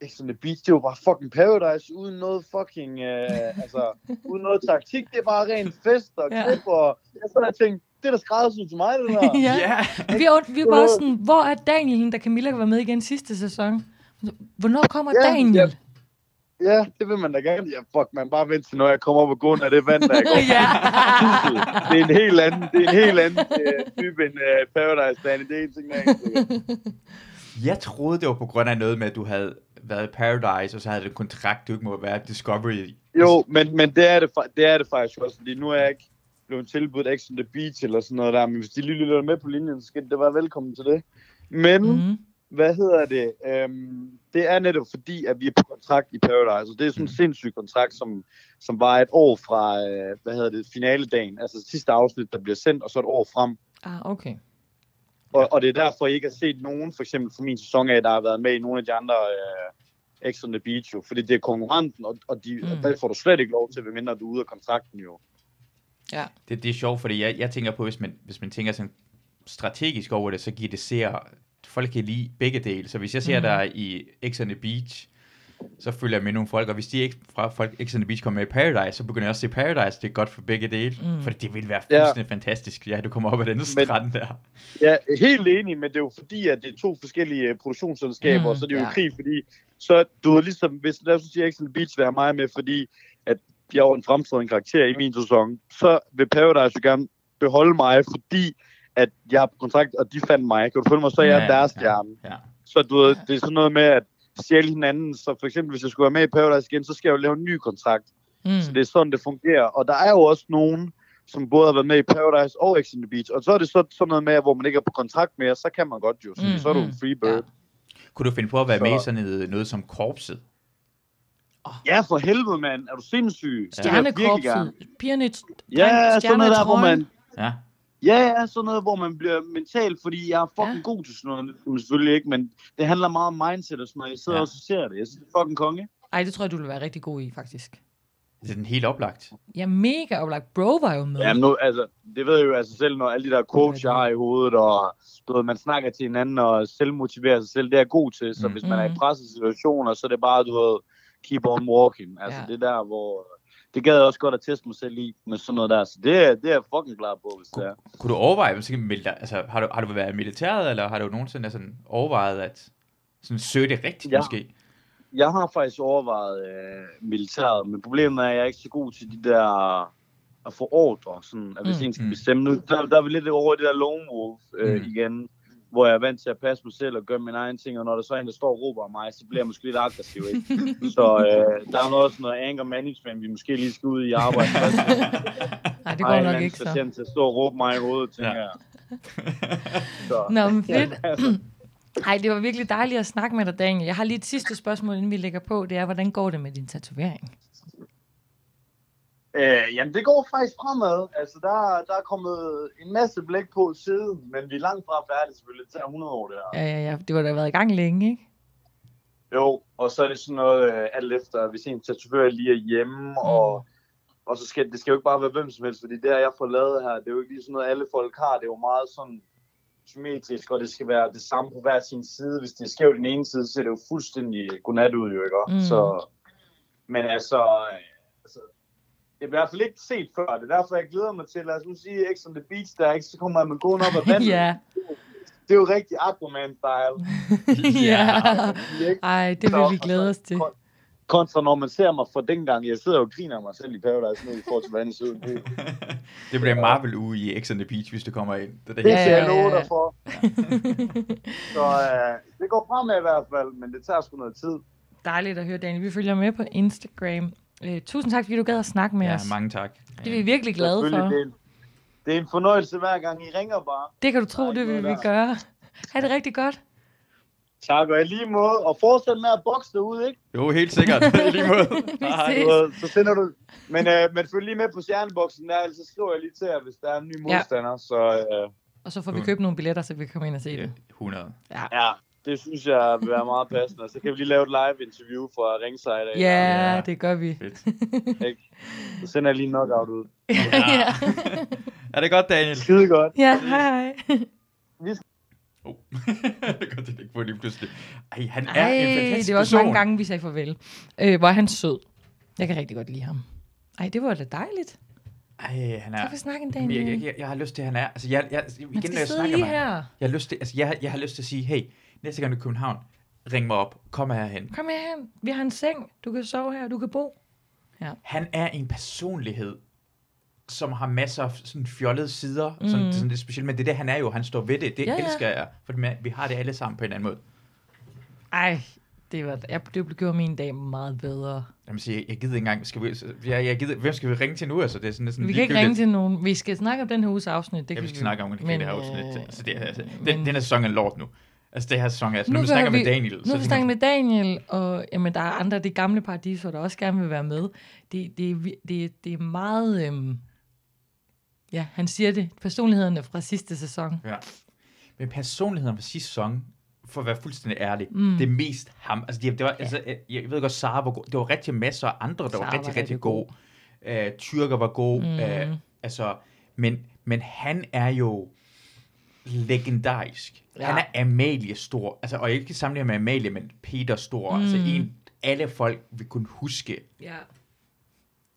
Ex on the Beach, det var bare fucking paradise, uden noget fucking, øh, altså, uden noget taktik. Det er bare ren fest og Ja. klip, og jeg sad og tænkte, det er da skræddersyet til mig, det der. ja. ja. Vi, er, vi er bare sådan, hvor er Daniel, hende, da Camilla var med igen sidste sæson? Hvornår kommer Ja, Daniel? ja. Ja, det vil man da gerne. Ja, fuck, man bare vent til, når jeg kommer op og går af det vand, der jeg går. ja. Det er en helt anden, det er en helt anden øh, type end øh, Paradise, Danny. Det er en ting, der er helt sikkert. Jeg troede, det var på grund af noget med, at du havde været i Paradise, og så havde du en kontrakt, du ikke må være i Discovery. Jo, men, men det, er det, fa- det er det faktisk også, fordi nu er jeg ikke blevet tilbudt X on the Beach eller sådan noget der, men hvis de lige lytter med på linjen, så skal det være velkommen til det. Men, mm. Mm. Hvad hedder det? Øhm, det er netop fordi, at vi er på kontrakt i Paradise, og det er sådan en sindssyg kontrakt, som, som var et år fra, øh, hvad hedder det, finaledagen, altså sidste afsnit, der bliver sendt, og så et år frem. Ah, okay. Og, og det er derfor, jeg ikke har set nogen, for eksempel fra min sæson af, der har været med i nogle af de andre øh, X on the Beach, jo, fordi det er konkurrenten, og, og de, Mm. mm. der får du slet ikke lov til, medmindre du er ude af kontrakten jo. Ja. Det, det er sjovt, fordi jeg, jeg tænker på, hvis man, hvis man tænker sådan strategisk over det, så giver det ser, folk kan lide begge dele. Så hvis jeg ser Mhm. mm. dig i X on the Beach, så følger jeg med nogle folk, og hvis de ikke fra folk X on the Beach kommer med i Paradise, så begynder jeg også at se Paradise, det er godt for begge dele, Mm. mm. for det vil være Ja. fuldstændig fantastisk, ja, du kommer op af den strand der. Ja, helt enig, men det er jo fordi, at det er to forskellige øh, produktionsselskaber, Mm, mm, så det er jo ja. ja. krig, fordi så du er ligesom, hvis lad os sige, Axel Beach vil have mig med, fordi at jeg er jo en fremtrædende karakter i min sæson, så vil Paradise jo gerne beholde mig, fordi at jeg har kontrakt, og de fandt mig. Kan du følge mig? Så er jeg Ja, deres ja. stjerne. Ja. Så du ved, Ja. det er sådan noget med at stjæle hinanden. Så for eksempel, hvis jeg skulle være med i Paradise igen, så skal jeg jo lave en ny kontrakt. Så Mm. det er sådan, det fungerer. Og der er jo også nogen, som både har været med i Paradise og X on the Beach. Og så er det så, sådan noget med, at hvor man ikke er på kontrakt mere, så kan man godt jo. Så, Mm, mm, så er du mm. en free bird. Kunne du finde på at være Så- så... med i sådan noget, noget som korpset? Ja, for helvede, mand. Er du sindssyg? Det vil jeg virkelig gerne. Stjernekorpset. Pigerne, Ja, sådan noget der, hvor man... Ja. Ja, ja, sådan noget, hvor man bliver mentalt, fordi jeg er fucking Ja. ja. god til sådan noget. Men Selvfølgelig ikke, men det handler meget om mindset og sådan noget. Jeg sidder Ja. ja. også og ser det. Jeg synes, det er fucking konge. Ej, det tror jeg, du vil være rigtig god i, faktisk. Det er den helt oplagt. Ja, mega oplagt. Bro var jo med. Ja, nu, altså, det ved jeg jo altså selv, når alle de der quotes, jeg har i hovedet, og du ved, man snakker til hinanden og selvmotiverer sig selv, det er jeg god til. Så Mm. mm. hvis man er i Mhm. pressede situationer, så er det bare, du ved, keep on walking. Altså Ja. ja. det der, hvor... Det gad jeg også godt at teste mig selv i med sådan noget der. Så det, er- det er jeg fucking klar på, hvis det er. Kunne du overveje, måske melde dig, altså, har, du, har du været i militæret, eller har du nogensinde sådan overvejet at sådan søge det rigtigt Ja. måske? Jeg har faktisk overvejet øh, militæret, men problemet er, at jeg er ikke så god til de der at få ordre, sådan, at hvis Mm. mm. en skal Mm. bestemme. Nu, der, der er vi lidt over i det der lone wolf øh, Mm. mm. igen, hvor jeg er vant til at passe mig selv og gøre mine egne ting, og når der så er en, der står og råber af mig, så bliver jeg måske lidt aggressiv, ikke? så øh, der er noget, sådan noget anger management, vi måske lige skal ud i arbejde. Nej, det går nok ikke så. så. til at stå og råbe mig i hovedet, tænker Ja. ja. jeg. Så. Nå, men fedt. Ej, det var virkelig dejligt at snakke med dig, Daniel. Jeg har lige et sidste spørgsmål, inden vi lægger på. Det er, hvordan går det med din tatovering? Øh, jamen, det går faktisk fremad. Altså, der, der er kommet en masse blæk på siden, men vi er langt fra færdige selvfølgelig. Det tager 100 år, det her. Ja, ja, ja. Det var da været i gang længe, ikke? Jo, og så er det sådan noget, øh, alt efter, hvis en tatovør lige er hjemme, mm. og, og så skal det skal jo ikke bare være hvem som helst, fordi det her, jeg får lavet her, det er jo ikke lige sådan noget, alle folk har. Det er jo meget sådan symmetrisk, og det skal være det samme på hver sin side. Hvis det er skævt den ene side, så ser det jo fuldstændig godnat ud, jo, ikke? Mm. Mm. Så, men altså, øh, altså, det er i hvert fald ikke set før. Det er derfor, jeg glæder mig til, lad os nu sige, X on the Beach, der ikke, så kommer man gående op ad vandet. ja. Det er jo rigtig Aquaman-style. ja. Ikke? Ej, det vil Så- vi glæde os til. altså Kontra når man ser mig fra dengang, jeg sidder jo og griner af mig selv i Paradise nu i forhold til hvordan jeg ser ud. Det Det bliver Marvel uge i X on the Beach, hvis du kommer ind. Det er det det helt kan sikkert. jeg ja, love ja. dig for. Så øh, det går fremad i hvert fald, men det tager sgu noget tid. Dejligt at høre, Daniel. Vi følger med på Instagram. Øh, tusind tak, fordi du gad at snakke med ja, os. mange tak. Det er vi virkelig glade Selvfølgelig, for. Det er, en, det er en fornøjelse hver gang I ringer bare. Det kan du tro, Der er det ikke vil vi noget der. gøre. Ha' det rigtig godt. Tak, og i lige måde. Og fortsæt med at bokse derude, ikke? Jo, helt sikkert. I lige måde. Hej. Du ved, Så sender du... Men, øh, men følg lige med på stjerneboksen der, ellers så skriver jeg lige til jer, hvis der er en ny Ja. modstander. Ja. Så øh, Og så får vi købt nogle billetter, så vi kan komme ind og se Ja, det. 100. ja, det synes jeg vil være meget passende. Og Så kan vi lige lave et live-interview fra ringside af. Ja, Ja. det gør vi. Fedt. Så sender jeg lige en knockout ud. ja. Er det godt, Daniel? Skide godt. ja, hej hej. Oh. det er godt, det ikke på lige pludselig. Ej, han er en Ej, fantastisk det var også person. mange gange, vi sagde farvel. Øh, hvor er han sød. Jeg kan rigtig godt lide ham. Ej, det var da dejligt. Ej, han er... Tak for snakken, Jeg, Daniel. jeg, jeg, jeg, har lyst til, at han er... Altså, jeg, jeg, igen, Man når skal jeg sidde snakker lige med ham, her. jeg har, lyst til, altså, jeg, har- jeg har lyst til at sige, hey, næste gang du er i København, ring mig op, kom herhen. Kom her, vi har en seng. Du kan sove her, du kan bo. han er en personlighed, som har masser af sådan fjollede sider, mm. sådan, Mm. det er sådan lidt specielt, men det er det, han er jo, han står ved det, det Ja, ja, ja. elsker jeg, for det- vi har det alle sammen på en eller anden måde. Ej, det, var, jeg, det gjorde min dag meget bedre. Jamen, siger, jeg gider ikke engang, skal vi, jeg, jeg gider, hvem skal vi ringe til nu, altså, det er sådan, lidt sådan Vi kan ikke ligegyldigt. ringe til nogen. Vi skal snakke om den her uges afsnit. Det Ja, kan vi skal snakke om det i det her afsnit. øh, så det, er- altså, den, men- den her sæson er lort nu. Altså, det her sæson er... Altså, Nu nu, vi snakker snakker vi, med vi- Daniel. Nu har vi tænker snakket jeg med Daniel, og jamen, der er andre af de gamle paradiser, der også gerne vil være med. Det, det, er vi- det, det er meget... Øhm, ja, han siger det. Personlighederne fra sidste sæson. Ja. Men personligheden fra sidste sæson, for at være fuldstændig ærlig, mm. det er mest ham. Altså, det, det var, ja. altså, jeg- jeg ved godt, Sara var god. Det var rigtig masser af andre, der Sara var var rigtig, rigtig, rigtig god. Øh, Tyrker var god. Mm. Øh, altså, men, men han er jo legendarisk. Ja. Ja. Han er Amalie stor. Altså, og jeg kan sammenligne med Amalie, men Peter stor. Mm. Altså, en, alle folk vil kunne huske. Ja.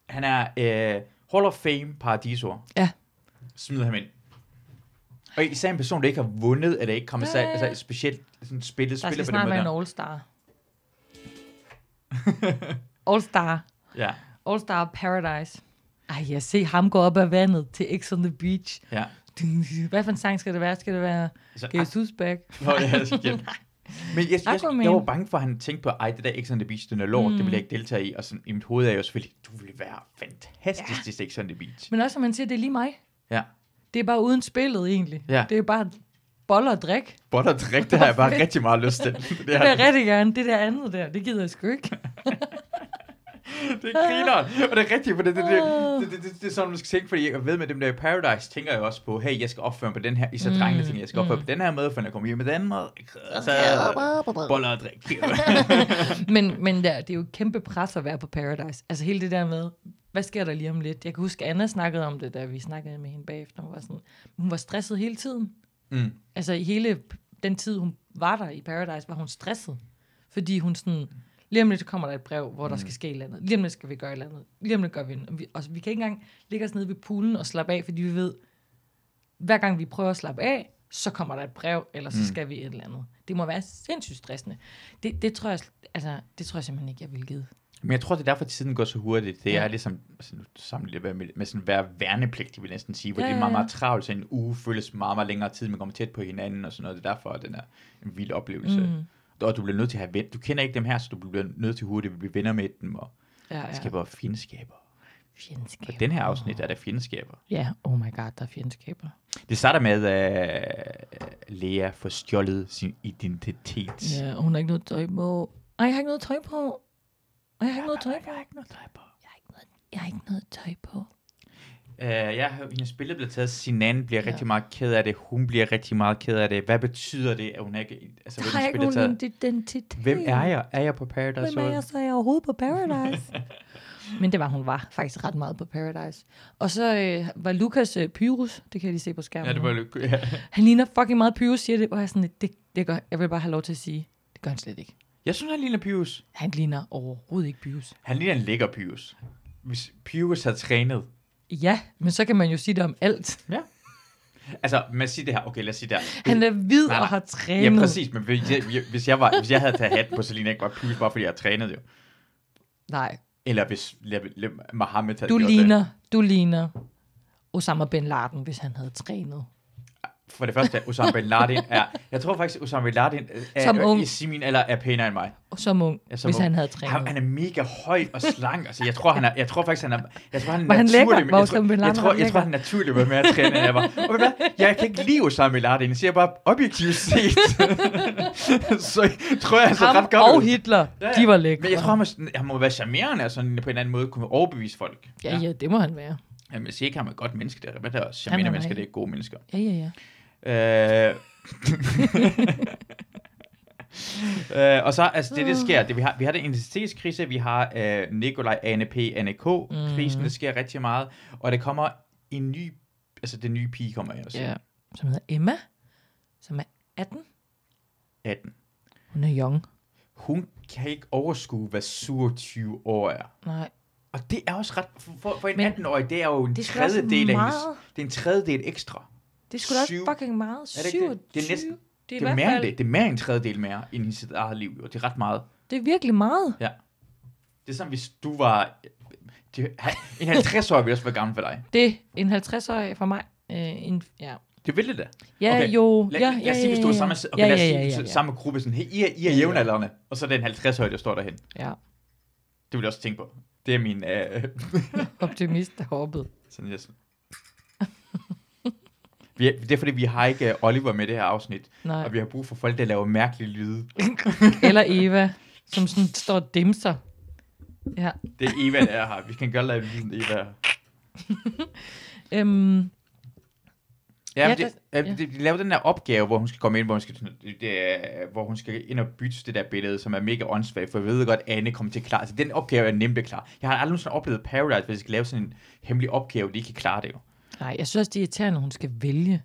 Han er øh, Hall of Fame paradisor. Ja. Smider ham ind. Og især en person, der ikke har vundet, eller ikke kommet Ja, ja, ja, ja. altså specielt sådan spillet, Der spiller skal på den snart måde. være en der. all-star. all-star. Ja, All-star Paradise. Ej, jeg ser ham gå op ad vandet til X on the Beach. ja. Hvad for en sang skal det være? Skal det være Altså, Gabe Susbæk? Nå, ja, altså, ja. Men jeg, jeg, Aquaman. jeg, var bange for, at han tænkte på, ej, det der X on the Beach, den er lort, mm. det vil jeg ikke deltage i. Og sådan, i mit hoved er jeg jo selvfølgelig, du ville være fantastisk ja. til X on the Beach. Men også, som han siger, det er lige mig. Ja. Det er bare uden spillet, egentlig. Ja. Det er bare boller og drik. Bot og drik, det har jeg bare rigtig meget lyst til. Det Det vil jeg er, rigtig gerne. Det der andet der, det gider jeg sgu ikke. det er grineren, og det er rigtigt, for det, det, det, Ah. det, det, det, det, er sådan, man skal tænke, fordi jeg ved med dem der i Paradise, tænker jeg også på, hey, jeg skal opføre mig på den her, især mm. drengene tænker, jeg skal opføre mig på den her måde, for når jeg kommer hjem med Danmark, så boller og drik. Men, men der, det er jo et kæmpe pres at være på Paradise. Altså hele det der med, hvad sker der lige om lidt? Jeg kan huske, Anna snakkede om det, da vi snakkede med hende bagefter. Hun var, sådan, hun var stresset hele tiden. mm. Altså i hele p- den tid, hun var der i Paradise, var hun stresset. Fordi hun sådan, lige om lidt kommer der et brev, hvor der skal ske et eller andet. Lige om lidt skal vi gøre et eller andet. Lige om lidt gør vi noget. Og vi, og vi kan ikke engang ligge os nede ved poolen og slappe af, fordi vi ved, hver gang vi prøver at slappe af, så kommer der et brev, eller så skal vi et eller andet. Det må være sindssygt stressende. Det, det, tror, jeg, sl- altså, det tror jeg simpelthen ikke, jeg vil give. Men jeg tror, det er derfor, at tiden går så hurtigt. Det Ja. er ligesom, altså, nu sammenligner jeg det med, med sådan at være værnepligtig, vil jeg næsten sige, hvor Ja, det ja, er meget, ja. meget travlt, så en uge føles meget, meget længere tid, man kommer tæt på hinanden og sådan noget. Det er derfor, at den er en vild oplevelse. Mm. Og du bliver nødt til at have ven. Du kender ikke dem her, så du bliver nødt til hurtigt at blive venner med dem og Ja, ja. ja. skaber fjendskaber. Og Fjendskaber. den her afsnit er der fjendskaber. Ja, oh my god, der er fjendskaber. Det starter med, at uh, Lea får stjålet sin identitet. Ja, og hun har ikke noget tøj på. Ej, jeg har ikke noget tøj på. Og jeg har ikke noget tøj på. Jeg har ikke noget tøj på. Jeg har ikke noget, jeg har ikke noget tøj på. Øh, jeg har hendes billede bliver taget. Sinan bliver ja. rigtig meget ked af det. Hun bliver rigtig meget ked af det. Hvad betyder det, at hun ikke... Altså, Har jeg ikke billede nogen identitet? Hvem er jeg? Er jeg på Paradise? Hvem er Hotel? jeg så? Er jeg overhovedet på Paradise? Men det var, hun var faktisk ret meget på Paradise. Og så øh, var Lukas øh, Pyrus, det kan jeg lige se på skærmen. Ja, det var nu. lykke. Ja. Han ligner fucking meget Pyrus, siger det, og jeg er sådan, lidt, det, det gør, jeg vil bare have lov til at sige, det gør han slet ikke. Jeg synes, han ligner Pius. Han ligner overhovedet ikke Pyrus. Han ligner en lækker Pius. Hvis Pius har trænet... Ja, men så kan man jo sige det om alt. Ja. Altså, man siger det her. Okay, lad os sige det her. Han er hvid Nej, nej. og har Ja, trænet. præcis. Men hvis jeg, hvis jeg, var, hvis jeg havde taget hat på, så ligner jeg ikke bare Pius, bare fordi jeg har trænet jo. Nej, Eller hvis lad, lad, Mohammed havde du gjort ligner, du ligner Osama Bin Laden, hvis han havde trænet. Det. For det første, Osama Bin Laden er... Jeg tror faktisk, Osama Bin Laden er, Som ung. er, i min alder er pænere end mig. Og som ung, Ja, som som hvis ung. han havde trænet. Han, han er mega høj og slank. Altså, jeg tror, han er, jeg tror faktisk, han er... Jeg tror, han er Var han lækker? naturlig med- Var jeg, tror, Osama jeg, Bin Laden- jeg, var tror, han jeg tror, lækker? han er naturlig med mere at træne, end jeg var. Og ved du hvad? Jeg kan ikke lide Osama Bin Laden. Jeg siger bare objektivt set. så tror jeg, altså Ham ret godt. og ud. Hitler, ja, ja. de var lækre. Men jeg tror, han, må, sådan- han må være charmerende og sådan på en eller anden måde kunne overbevise folk. ja, ja, det må han være. Jamen, jeg siger ikke, han er et godt menneske. Det er, hvad der er charmerende Han er mennesker, rigtig. det er ikke gode mennesker. Ja, ja, ja. Øh... øh, og så, altså det, det sker, det, vi, har, vi har den identitetskrise, vi har øh, Nikolaj, Anne P, Anne K, krisen, Mm. det sker rigtig meget, og der kommer en ny, altså den nye pige kommer her, også, ja. Som hedder Emma, som er 18. 18. Hun er young. Hun kan ikke overskue, hvad 27 år er. Nej. Og det er også ret, for, for- for en Men 18-årig, det er jo en det er sgu da også tredjedel af meget. hendes, det er en tredjedel ekstra. Det er sgu da også Syv. fucking meget. Er det ikke 27. det? Det er næsten- det er, Det i er, hvert mere fald, end det. Det er mere end en tredjedel mere, end hendes eget liv, og det er ret meget. det er virkelig meget. Ja. Det er som hvis du var... Det, en 50-årig ville også være gammel for dig. Det er en 50-årig for mig. Øh, en, ja. Det ville det da. Ja, Okay, jo. Lad, ja, lad ja, os sige, hvis du ja, er ja. samme, okay, ja, lad os ja, sige, ja, ja, så- ja. samme gruppe, sådan, hey, I er, I er jævnaldrende, og så er det en 50-årig, der står derhen. Det ja. vil jeg også tænke på. Det er min... Øh, Optimist der håbede. sådan, jeg, sådan. Vi, det er fordi, vi har ikke øh, Oliver med i det her afsnit, Nej. og vi har brug for folk, der laver mærkelige lyde. Eller Eva, som sådan står og dimser. Ja. Det er Eva, der er her. Vi kan godt lave lyden Eva. Øhm, Ja, Ja, ja, det, der- øh, ja. det, de laver den der opgave, hvor hun skal komme ind, hvor hun skal, sådan- det, det er- hvor hun skal ind og bytte det der billede, som er mega åndssvagt, for jeg ved godt, at Anne kommer til at klare. Så den opgave er nemt at klare. Jeg har aldrig nogensinde oplevet Paradise, hvis jeg skal lave sådan en hemmelig opgave, de ikke kan klare det jo. nej, jeg synes også, det er irriterende, at hun skal vælge.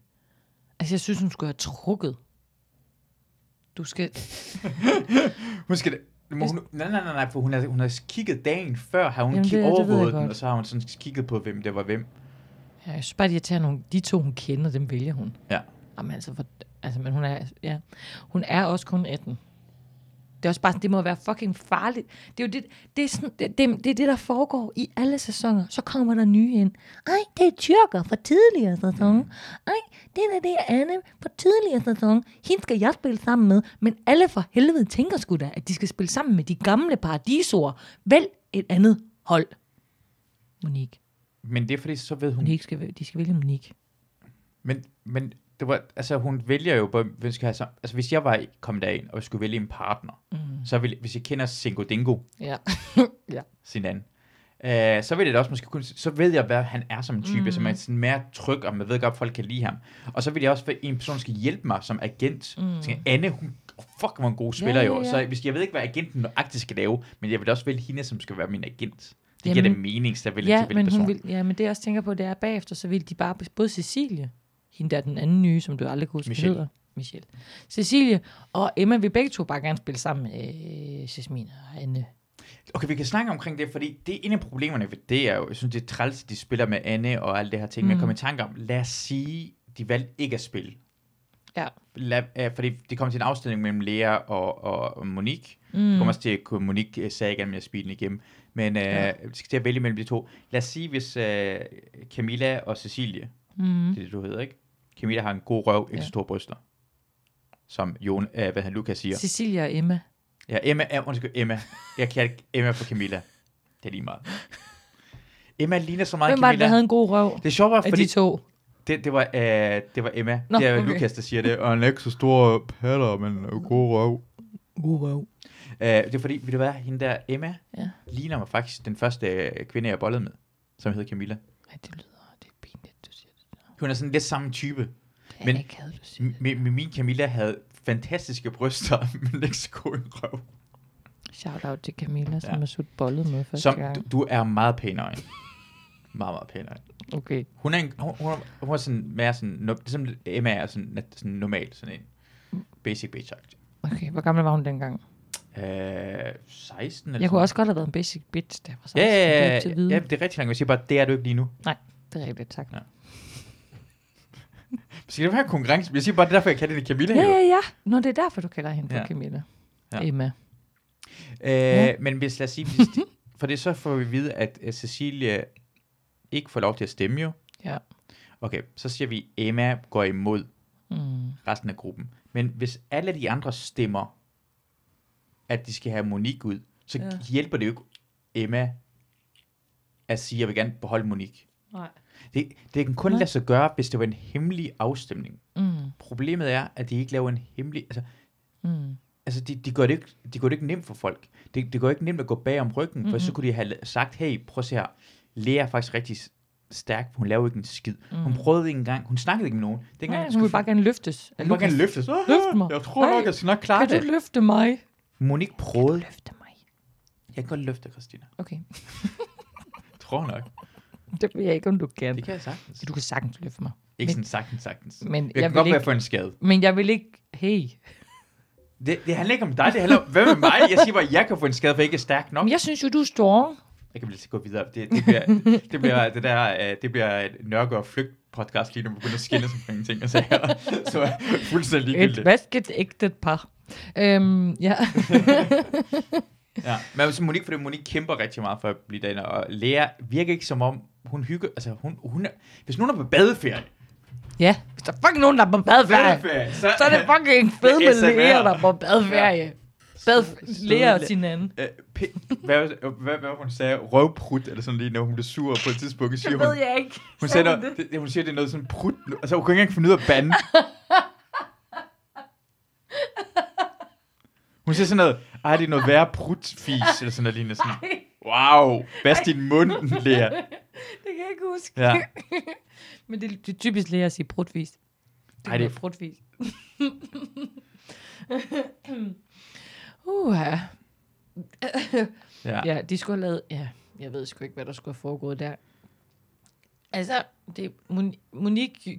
Altså, jeg synes, hun skulle have trukket. Du skal... Hun skal... Må hun, nej, nej, nej, nej, for hun har, hun har kigget dagen før, har hun Jamen, Jamen, det- kig, det ved jeg overvåget den, godt. og så har hun sådan kigget på, hvem det var hvem. Ja, jeg synes bare, det er irriterende, hun, de to, hun kender, dem vælger hun. Ja. Jamen, altså, for, altså men hun er, ja. hun er også kun 18. Det er også bare, det må være fucking farligt. Det er jo det, det, er sådan, det, det, det, er det der foregår i alle sæsoner. Så kommer der nye ind. Ej, det er tyrker fra tidligere sæson. Ej, det er det Anne fra tidligere sæson. Hende skal jeg spille sammen med. Men alle for helvede tænker sgu da, at de skal spille sammen med de gamle paradisoer. Vælg et andet hold. Monique. Men det er fordi, så ved hun... Monique skal, væ- de skal vælge Monique. Men, men det var, altså, hun vælger jo, hvem hvem skal have sammen. Altså, hvis jeg var i- kommet derind, og skulle vælge en partner, mm. så ville, hvis jeg kender Singo Dingo, Ja. ja. sin anden. Øh, så vil det da også måske kunne, så ved jeg, hvad han er som en type, mm. så man er sådan mere tryg, og man ved godt, at folk kan lide ham. Og så vil jeg også, at en person skal hjælpe mig som agent. Mm. Så Anne, hun, oh, fuck, hvor en god spiller ja, jo. ja. Så hvis, jeg ved ikke, hvad agenten nøjagtigt skal lave, men jeg vil også vælge hende, som skal være min agent. Det Jamen. giver det mening, så jeg vælger Ja, til men men person. hun vil, ja, men det jeg også tænker på, det er at bagefter, så vil de bare, både Cecilie, hende der er den anden nye, som du aldrig kunne huske, hvad Michelle. hedder. Michelle. Cecilie og Emma vil begge to bare gerne spille sammen med øh, Jasmine og Anne. Okay, vi kan snakke omkring det, fordi det er en af problemerne ved det er jo, jeg synes, det er træls, at de spiller med Anne og alt det her ting, mm. men jeg kommer i tanke om, lad os sige, de valgte ikke at spille. Ja. lad, øh, fordi det kommer til en afstemning mellem Lea og, og, og Monique. Mm. Det kommer også til at kunne Monique øh, sagde gerne med at spille den igennem. Men øh, ja. skal til at vælge mellem de to. Lad os sige, hvis øh, Camilla og Cecilie, mm. det er det, du hedder, ikke? Camilla har en god røv, ikke Ja. ja. store bryster. Som Jon, øh, hvad han Lukas siger. Cecilie og Emma. Ja, Emma, ja, undskyld, Emma. Jeg kan ikke Emma for Camilla. Det er lige meget. Emma ligner så meget Hvem var det, Camilla. der havde en god røv Det er sjovt, bare, af fordi de to? det, det, var, øh, det var Emma. Nå, Nå, det er okay. okay. Lukas, der siger det. Og han er ikke så stor patter, men god røv. God røv. Øh, det er fordi, vil det være, hende der Emma Ja. ja. ligner mig faktisk den første øh, kvinde, jeg bollede med, som hedder Camilla. Ej, det lyder, det er pinligt, du siger det. Hun er sådan lidt samme type. Det er Men- ikke havde, du siger det. M- m- min Camilla havde fantastiske bryster, men ikke så god en røv. Shout out til Camilla, som Ja. har sudt bollet med første Som, gang. du, du er meget pænere end. meget, meget pænere end. Okay. Hun er, en, hun, hun, er, hun er sådan mere sådan, no, det er som Emma er sådan, nat- sådan normal, sådan en basic bitch okay, hvor gammel var hun dengang? Altså. øh, 16 eller Jeg kunne sådan også godt have været en basic bitch, da jeg var noget. Ja, ja, Det er ja, jo ja, til at vide. ja, det er rigtig langt. Jeg siger bare, det er du ikke lige nu. Nej, det er rigtigt, tak. Ja. Skal det være en konkurrence? Jeg siger bare, det er derfor, jeg kalder det Camilla. Ja, jo. ja, ja. Nå, det er derfor, du kalder hende for ja. Ja. Camilla. Ja. Ja. Emma. Øh, Ja. Men hvis, lad os sige, hvis de, for det så får vi at vide, at øh, Cecilie ikke får lov til at stemme jo. Ja. Okay, så siger vi, at Emma går imod Mm. resten af gruppen. Men hvis alle de andre stemmer, at de skal have Monique ud, så Ja. ja. hjælper det jo ikke Emma at sige, at jeg vil gerne beholde Monique. Nej. Det, det kan kun Nej. lade sig gøre, hvis det var en hemmelig afstemning. Mm. Problemet er, at de ikke laver en hemmelig... Altså, Mm. Altså, de, de, gør det ikke, de gør det ikke nemt for folk. Det, det gør ikke nemt at gå bag om ryggen, mm-hmm. for så kunne de have la- sagt, hey, prøv at se her, Lea er faktisk rigtig s- stærk, hun laver jo ikke en skid. Mm. Hun prøvede ikke engang, hun snakkede ikke med nogen. Det Nej, hun vil bare gerne løftes. hun af vil Lukas. gerne løftes. Ah, Løft mig. Jeg tror nok, Nej. jeg skal nok klare Kan du det. løfte mig? Monique prøvede. Løfte mig. Jeg kan godt løfte, Christina. Okay. Jeg tror nok. Det ved jeg ikke, om du kan. Det kan jeg sagtens. Du kan sagtens løfte mig. Ikke Men- sådan sagtens, sagtens. men jeg, jeg kan vil godt være ikke- for en skade. Men jeg vil ikke... Hey. Det, det handler ikke om dig, det handler om, hvad med mig? Jeg siger bare, jeg kan få en skade, for jeg ikke er stærk nok. Men jeg synes jo, du er strong. Jeg kan vel lige gå videre. Det, det, bliver, det, bliver, det, der, øh, det bliver et nørke og flygt podcast lige nu, vi begynder at skille sig omkring ting og sager. Så er fuldstændig Et ligegyldigt. vasket ægte par. Øhm, ja. Ja. Men så Monique, fordi Monique kæmper rigtig meget for at blive derinde, og Lea virker ikke som om, hun hygger, altså hun, hun er, hvis nogen er på badeferie, ja. Hvis der er fucking nogen, der er på badeferie, badeferie så, så er det fucking fedt Det er med SMR. læger, der er på badeferie. Bad lærer os hinanden. Øh, p- hvad, hvad, hvad, hun sagde, røvprut, eller sådan lige, når hun blev sur på et tidspunkt, siger Det hun, ved jeg ikke. hun, Sagde sagde, hun noget, det, hun siger, det er noget sådan prut, altså hun kan ikke engang finde ud af at bande. Hun siger sådan noget, ej, det er noget værre prutfis, eller sådan noget lignende sådan. Ej, Wow, bas din mund, Lea. det kan jeg ikke huske. Ja. Men det, det er typisk lærer at sige brudvis. Det Ej, Ej, det det er- er brudvis. Uha. Ja. Ja, de skulle have lavet... Ja, jeg ved sgu ikke, hvad der skulle have foregået der. Altså, det Mon- Monique...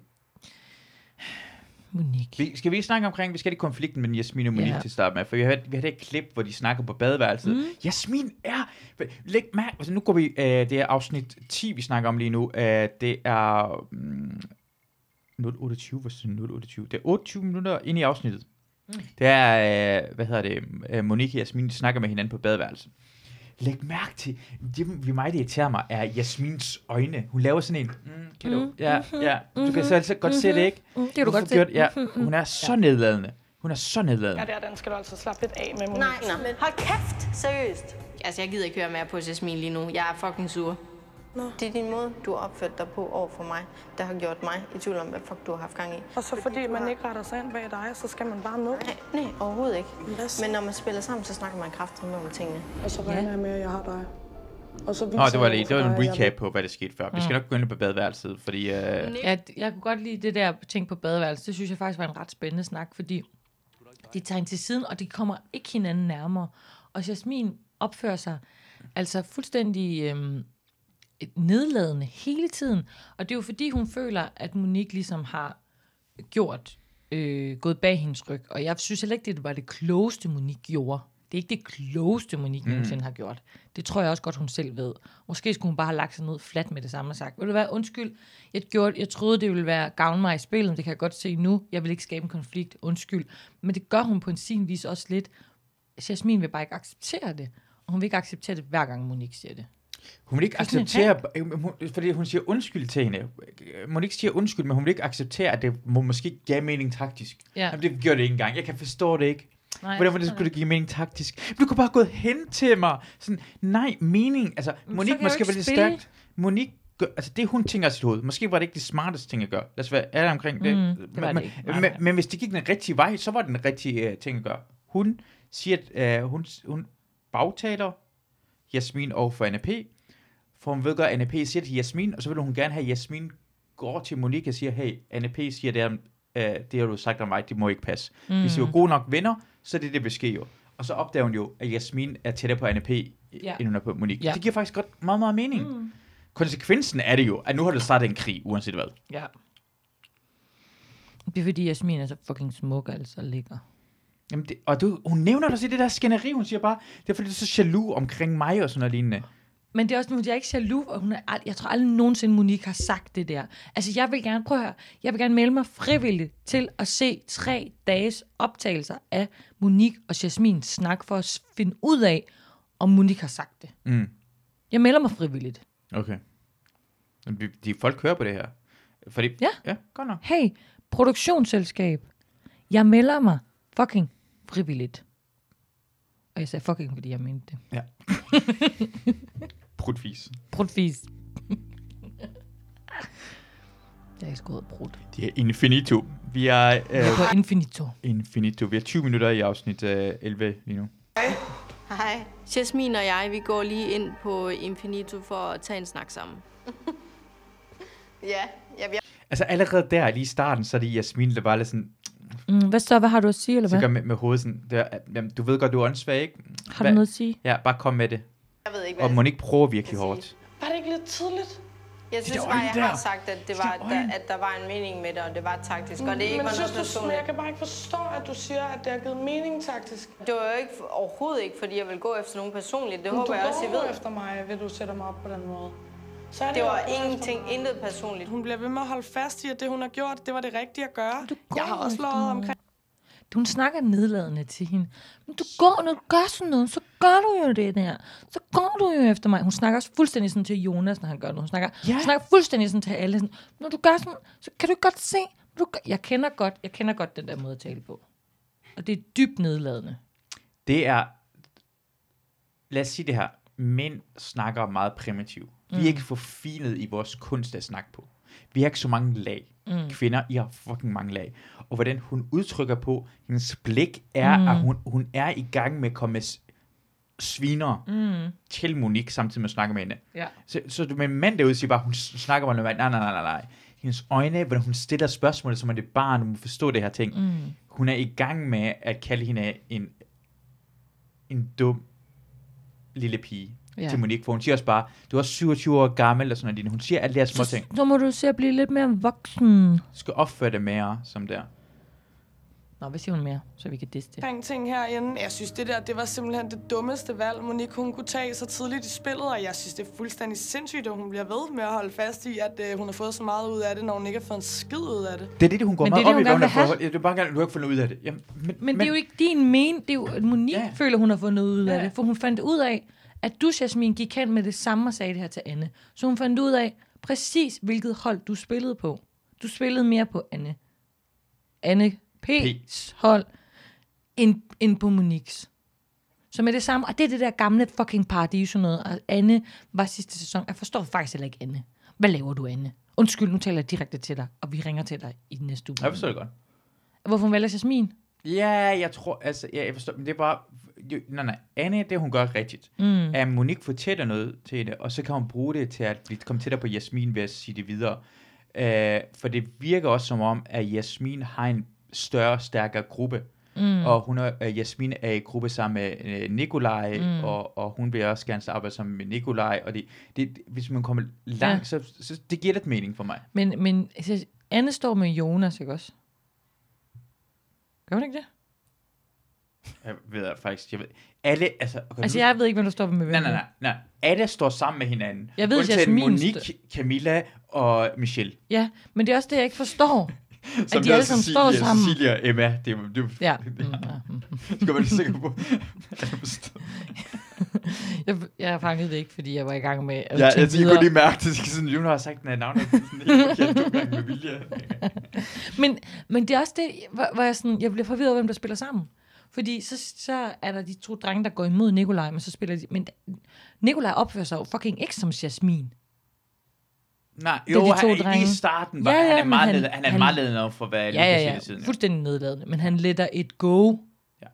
Monique. Vi, skal vi ikke snakke omkring, vi skal i konflikten med Jasmin og Monique Ja. til at starte med, for vi har, vi har det her klip, hvor de snakker på badeværelset. Mm. Mm. Jasmin er... Læg mærke, altså nu går vi, øh, det er afsnit 10, vi snakker om lige nu, øh, det er... Mm, 028, hvor er det 028? Det er 28 minutter inde i afsnittet. Mm. Det er, øh, hvad hedder det, øh, Monique og Jasmin de snakker med hinanden på badeværelset. Læg mærke til, det vi meget irriterer mig, er Jasmins øjne. Hun laver sådan en, mm, kan du, Mm, ja, mhm, ja, du kan mhm, så altså godt se det, mhm. ikke? Mm, det kan du Hvorfor godt se. gjorde- Ja, hun er så nedladende. Hun er så nedladende. Ja, der, den skal du altså slappe lidt af med, Monique. Nej, Nå. men hold kæft, seriøst. Altså, jeg gider ikke høre mere på Jasmin lige nu. Jeg er fucking sur. Nå. Det er din måde, du har opført dig på over for mig, der har gjort mig i tvivl om, hvad fuck du har haft gang i. Og så fordi du man har- ikke retter sig ind bag dig, så skal man bare ned. Nej, nej, overhovedet ikke. hvad så? Men når man spiller sammen, så snakker man kraftigt om tingene. Og så regner jeg med, at jeg har dig. Og så viser Nå, det var, jeg lige, det var over en for dig, at jeg- recap på, hvad der skete før. Vi skal nok gå ind på badeværelset, fordi... Øh, Ja, d- jeg kunne godt lide det der ting på badeværelset. Det synes jeg faktisk var en ret spændende snak, fordi de tager hende til siden, og de kommer ikke hinanden nærmere. Og Jasmin opfører sig altså fuldstændig øhm, nedladende hele tiden. Og det er jo fordi, hun føler, at Monique ligesom har gjort, øh, gået bag hendes ryg. Og jeg synes heller ikke, det var det klogeste, Monique gjorde. Det er ikke det klogeste, Monique mm. nogensinde har gjort. Det tror jeg også godt, hun selv ved. Måske skulle hun bare have lagt sig ned fladt med det samme og sagt, vil du være undskyld, jeg, gjorde, jeg troede, det ville være gavn mig i spillet, men det kan jeg godt se nu. Jeg vil ikke skabe en konflikt, undskyld. Men det gør hun på en sin vis også lidt. Jasmin vil bare ikke acceptere det. Og hun vil ikke acceptere det, hver gang Monique siger det. hun vil ikke Det er sådan en acceptere... øh, hun- Fordi hun siger undskyld til hende. Øh, Monique siger undskyld, men hun vil ikke acceptere, at det må måske ikke gav mening taktisk. Ja. Jamen, det gjorde det ikke engang. Jeg kan forstå det ikke. Nej, Hvordan var det, skulle det give mening taktisk? Men du kunne bare gå hen til mig. Sådan, nej, mening. Altså, kan jeg Monique jo måske ikke var lidt spille. stærkt. Monique gør, altså det hun tænker i sit hoved. Måske var det ikke det smarteste ting at gøre. Lad os være alle omkring det. Mm, det var men, det ikke. Nej, men, nej. men hvis det gik den rigtige vej, så var det den rigtige uh, ting at gøre. Hun siger, at uh, hun, hun bagtaler Jasmin over for NAP. For hun ved godt, at NAP siger til Jasmin, og så vil hun gerne have, at Jasmin går til Monique og siger, hey, NAP siger, det, er, øh, det har du sagt om mig, det må ikke passe. Mm. Hvis I var gode nok venner, så er det det, vi sker jo. Og så opdager hun jo, at Jasmin er tættere på NAP, ja. Ja. end hun er på Monique. Ja. Ja. Det giver faktisk godt meget, meget mening. Mm. Konsekvensen er det jo, at nu har du startet en krig, uanset hvad. Ja. Det er fordi, Jasmin er så fucking smuk, altså og lækker. Jamen det, og du, hun nævner dig i det der skænderi, hun siger bare, det er fordi, du er så jaloux omkring mig og sådan noget lignende. Men det er også, at jeg er ikke jaloux, og hun er ald- jeg tror aldrig nogensinde, Monique har sagt det der. Altså, jeg vil gerne, prøv at høre, jeg vil gerne melde mig frivilligt til at se tre dages optagelser af Monique og Jasmin snak, for at s- finde ud af, om Monique har sagt det. Mm. Jeg melder mig frivilligt. Okay. Jamen, de, de folk hører på det her. Fordi, Ja. ja, godt nok. Hey, produktionsselskab, jeg melder mig fucking frivilligt. Og jeg sagde fucking, fordi jeg mente det. Brudvis. Brudfis. Jeg har ikke skåret brudt. Det er infinito. Vi er, øh, På Infinito. infinito. Vi er 20 minutter i afsnit øh, 11 lige nu. Hej. Jasmin og jeg, vi går lige ind på Infinito for at tage en snak sammen. Ja, jeg vil Altså allerede der, lige i starten, så er det Jasmin, der bare lidt sådan, Mm, hvad så? Hvad har du at sige, eller så hvad? gør med, med hovedet sådan, der, at, jamen, du ved godt, du er åndssvag, ikke? Har du noget at sige? Ja, bare kom med det. jeg ved ikke, Og Monique prøver virkelig sige. hårdt. Var det ikke lidt tidligt? Jeg synes bare, øjne jeg har der. sagt, at, det var, øjne. der, at der var en mening med det, og det var taktisk, og det ikke Men var synes noget du, men jeg personligt. kan bare ikke forstå, at du siger, at det har givet mening taktisk. Det var jo ikke, overhovedet ikke, fordi jeg vil gå efter nogen personligt. Det Men du håber jeg også, I går ved. efter mig, ved du sætter mig op på den måde. Så er det, Det jo var at gå efter ingenting, intet personligt. Hun bliver ved med at holde fast i, at det, hun har gjort, det var det rigtige at gøre. Du går jeg har også efter lovet mig. omkring Hun snakker nedladende til hende. Men du går, når du gør sådan noget, så gør du jo det der. Så går du jo efter mig. Hun snakker også fuldstændig sådan til Jonas, når han gør noget. Hun snakker, Ja. ja. hun snakker fuldstændig sådan til alle. Sådan, når du gør sådan, så kan du ikke godt se. Du gør... Jeg kender godt, jeg kender godt den der måde at tale på. Og det er dybt nedladende. det er, lad os sige det her, mænd snakker meget primitivt. Vi Mm. er ikke forfinet i vores kunst at snakke på. Vi har ikke så mange lag. Mm. Kvinder, I har fucking mange lag. Og hvordan hun udtrykker på, hendes blik er, mm. at hun, hun er i gang med at komme med s- sviner mm. til Monique, samtidig med at snakke med hende. Ja. Så, så du med en mand derude siger bare, hun s- snakker bare noget, nej, nej, nej, nej, nej. Hendes øjne, hvordan hun stiller spørgsmål, som om det er barn, hun forstår det her ting. Mm. Hun er i gang med at kalde hende en, en dum lille pige Ja. ja. til Monique, for hun siger også bare, du er også 27 år gammel, og sådan noget. Hun siger alle de her små ting. Så må du se at blive lidt mere voksen. Du skal opføre det mere, som der. Nå, hvad siger hun mere, så vi kan disse det? Omkring ting herinde. Jeg synes, det der det var simpelthen det dummeste valg, Monique hun kunne tage så tidligt i spillet, og jeg synes, det er fuldstændig sindssygt, at hun bliver ved med at holde fast i, at øh, hun har fået så meget ud af det, når hun ikke har fået en skid ud af det. Det er det, det hun går Men det er meget op det, hun i, hvad hun gerne vil har fået. Ja, Det er bare gerne, du har ikke fundet ud af det. Jamen, men, Men, men det er jo ikke din men. Det er jo, at Monique ja. Ja. føler, hun har fundet noget ud af Ja. det. For hun fandt ud af, at du, Jasmin, gik hen med det samme og sagde det her til Anne. Så hun fandt ud af præcis, hvilket hold du spillede på. Du spillede mere på Anne. Anne P's hold, end, end på Moniques. Så med det samme, og det er det der gamle fucking paradiso noget, og Anne var sidste sæson. Jeg forstår faktisk heller ikke Anne. Hvad laver du, Anne? Undskyld, nu taler jeg direkte til dig, og vi ringer til dig i næste uge. Jeg forstår det godt. Hvorfor hun vælger Jasmin? Ja, jeg tror, altså, ja, jeg forstår, men det er bare, jo, nej, nej, Anne, det hun gør rigtigt, mm. at Monique fortæller noget til hende, og så kan hun bruge det til at blive- komme tættere på Jasmin ved at sige det videre. Øh, for det virker også som om, at Jasmin har en større, stærkere gruppe, mm. og hun er, øh, Jasmin er i gruppe sammen med øh, Nikolaj, mm. og, og hun vil også gerne arbejde sammen med Nikolaj, og det, det, det- hvis man kommer langt, ja. så, så det giver lidt mening for mig. Men, men altså, Anne står med Jonas, ikke også? Gør hun ikke det? Jeg ved jeg faktisk, jeg ved, alle, altså, okay, Altså, nu- jeg ved ikke, hvem der står med hvem. Nej, nej, nej, nej. Alle står sammen med hinanden. Jeg ved, Undtagen Jasmin Monique, Camilla og Michelle. Ja, men det er også det, jeg ikke forstår. Som de der er alle sammen står Cecilia- sammen. Cecilia og Emma. Det, er- det, det, Ja. Mm, ja. mm. skal man lige sikker på. at jeg forstår. Jeg, jeg fangede det ikke, fordi jeg var i gang med at ja, jeg, tænke jeg kunne videre. lige mærke, at sådan, Jun har sagt, at navnet er sådan helt forkert nogle gange med vilje. men, men det er også det, hvor, hvor jeg, sådan, jeg bliver forvirret over, hvem der spiller sammen. Fordi så, så er der de to drenge, der går imod Nikolaj, men så spiller de... Men Nikolaj opfører sig jo fucking ikke som Jasmin. Nej, er jo, de to han, drenge. i starten var Ja, ja, ja, ja, han er men meget han- han, han er han- meget ledende over for, hvad Ja, ja, siger ja. i tiden. Fuldstændig nedladende. Men han letter et go. Ja.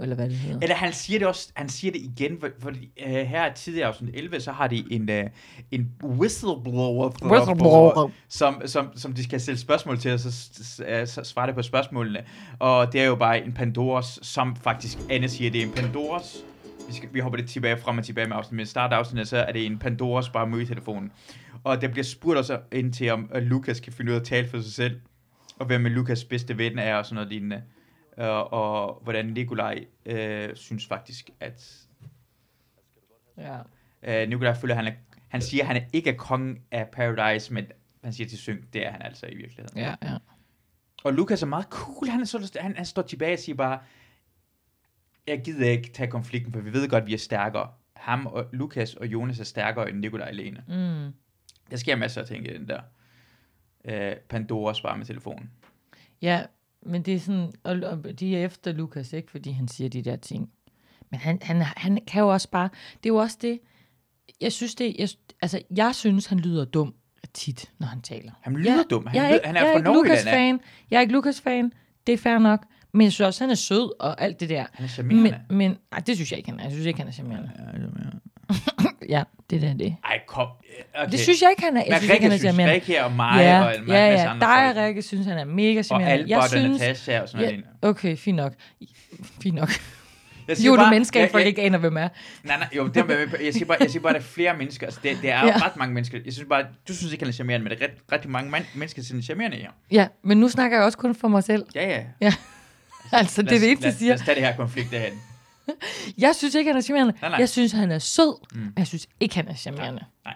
Eller hvad det hedder. Eller han siger det også, han siger det igen, for, for øh, her tidligere i afsnit 11, så har de en, øh, en whistleblower, Whistleblower. Som, som, som de skal stille spørgsmål til, og så, s- øh, så svarer det på spørgsmålene. Og det er jo bare en Pandoras, som faktisk Anne siger, det er en Pandoras. Vi, skal, vi hopper det tilbage frem og tilbage med afsnittet, men i starten af afsnittet, så er det en Pandoras bare møde i telefonen. Og der bliver spurgt også ind til, om at Lukas kan finde ud af at tale for sig selv, og hvem er Lukas bedste ven er, og sådan noget lignende. Øh, og hvordan Nikolaj øh, synes faktisk, at Ja. øh, Nikolaj føler, han, er, han siger, at han er ikke er kongen af Paradise, men han siger til Synk, det er han altså i virkeligheden. Ja, ja. Og Lukas er meget cool, han, er så, han, han står tilbage og siger bare, jeg gider ikke tage konflikten, for vi ved godt, at vi er stærkere. Ham og Lukas og Jonas er stærkere end Nikolaj alene. Mm. Der sker masser af ting i den der. Øh, Pandora sparer med telefonen. Ja, men det er sådan, og, og de er efter Lukas, ikke? Fordi han siger de der ting. Men han, han, han kan jo også bare, det er jo også det, jeg synes det, jeg, altså jeg synes, han lyder dum tit, når han taler. Han lyder jeg, dum. Han, jeg er lyder- ikke, han er jeg er fra ikke Nordjylland, Lukas fan, jeg er ikke Lukas fan, det er fair nok, men jeg synes også, han er sød og alt det der. Han er Men, charmerende. men ej, det synes jeg ikke, han er. Jeg synes ikke, han er charmerende. Men, Ja, det er det. Ej, kom. øh, Okay. Det synes jeg ikke, han er. Men Jeg synes ikke, Rikke han er synes charmerende. Rikke og mig Ja, og en masse ja, ja. andre Dig og folk. Rikke synes, han er mega Og charmerende. Albert og Natasha og sådan Ja, noget. okay, fint nok. Fint nok. Jeg Jo, siger du bare- mennesker, jeg- jeg, folk jeg- ikke aner, hvem er. Nej, nej, jo, det er, med- jeg siger bare, jeg siger bare, at der er flere mennesker. Altså, det, det er Ja. ja. ret mange mennesker. Jeg synes bare, du synes ikke, han er charmerende, men det er ret, rigtig mange man, mennesker, der synes, han er charmerende her. Ja, men nu snakker jeg også kun for mig selv. Ja, ja. Altså, det er det eneste, lad, os- jeg Lad siger. os tage det her konflikt derhen. Jeg synes ikke, han er charmerende. Nej, nej. Jeg synes, han er sød. Mm. Jeg synes ikke, han er charmerende. Nej.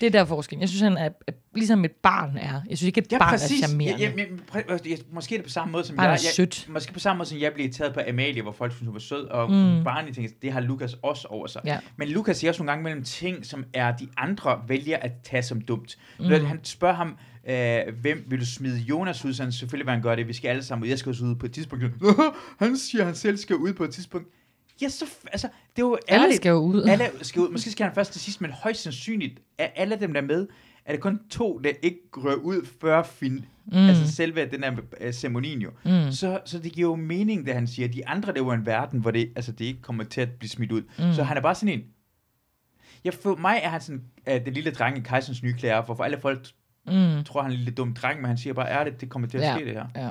Det er der forskellen. Jeg synes, han er, er ligesom et barn er. Jeg synes ikke, et Ja, barn præcis. er charmerende. Ja, ja, men præ- altså, jeg, måske er det på samme måde, som Barnet jeg, er jeg, sødt. Måske på samme måde, som jeg blev taget på Amalie, hvor folk synes, hun var sød, og mm. Barney tænkte, det har Lukas også over sig. Ja. Men Lukas siger også nogle gange mellem ting, som er de andre vælger at tage som dumt. Mm. Han spørger ham, øh, hvem vil du smide Jonas ud, så han selvfølgelig vil han gøre det, vi skal alle sammen ud, jeg skal også ud på et tidspunkt. Han siger, han selv skal ud på et tidspunkt. Ja, så, f- altså, det er jo Alle ærligt. skal jo ud. Alle skal ud. Måske skal han først til sidst, men højst sandsynligt af alle dem, der er med, er det kun to, der ikke rører ud før fin mm. altså selve den her øh, ceremonien jo. Mm. Så, så det giver jo mening, det han siger. De andre, det var en verden, hvor det, altså, det ikke kommer til at blive smidt ud. Mm. Så han er bare sådan en... Ja, for mig er han sådan øh, den lille dreng i Kejsens nye klæder, for, for alle folk mm. tror, han er en lille dum dreng, men han siger bare ærligt, det kommer til at ja. ske det her. Ja.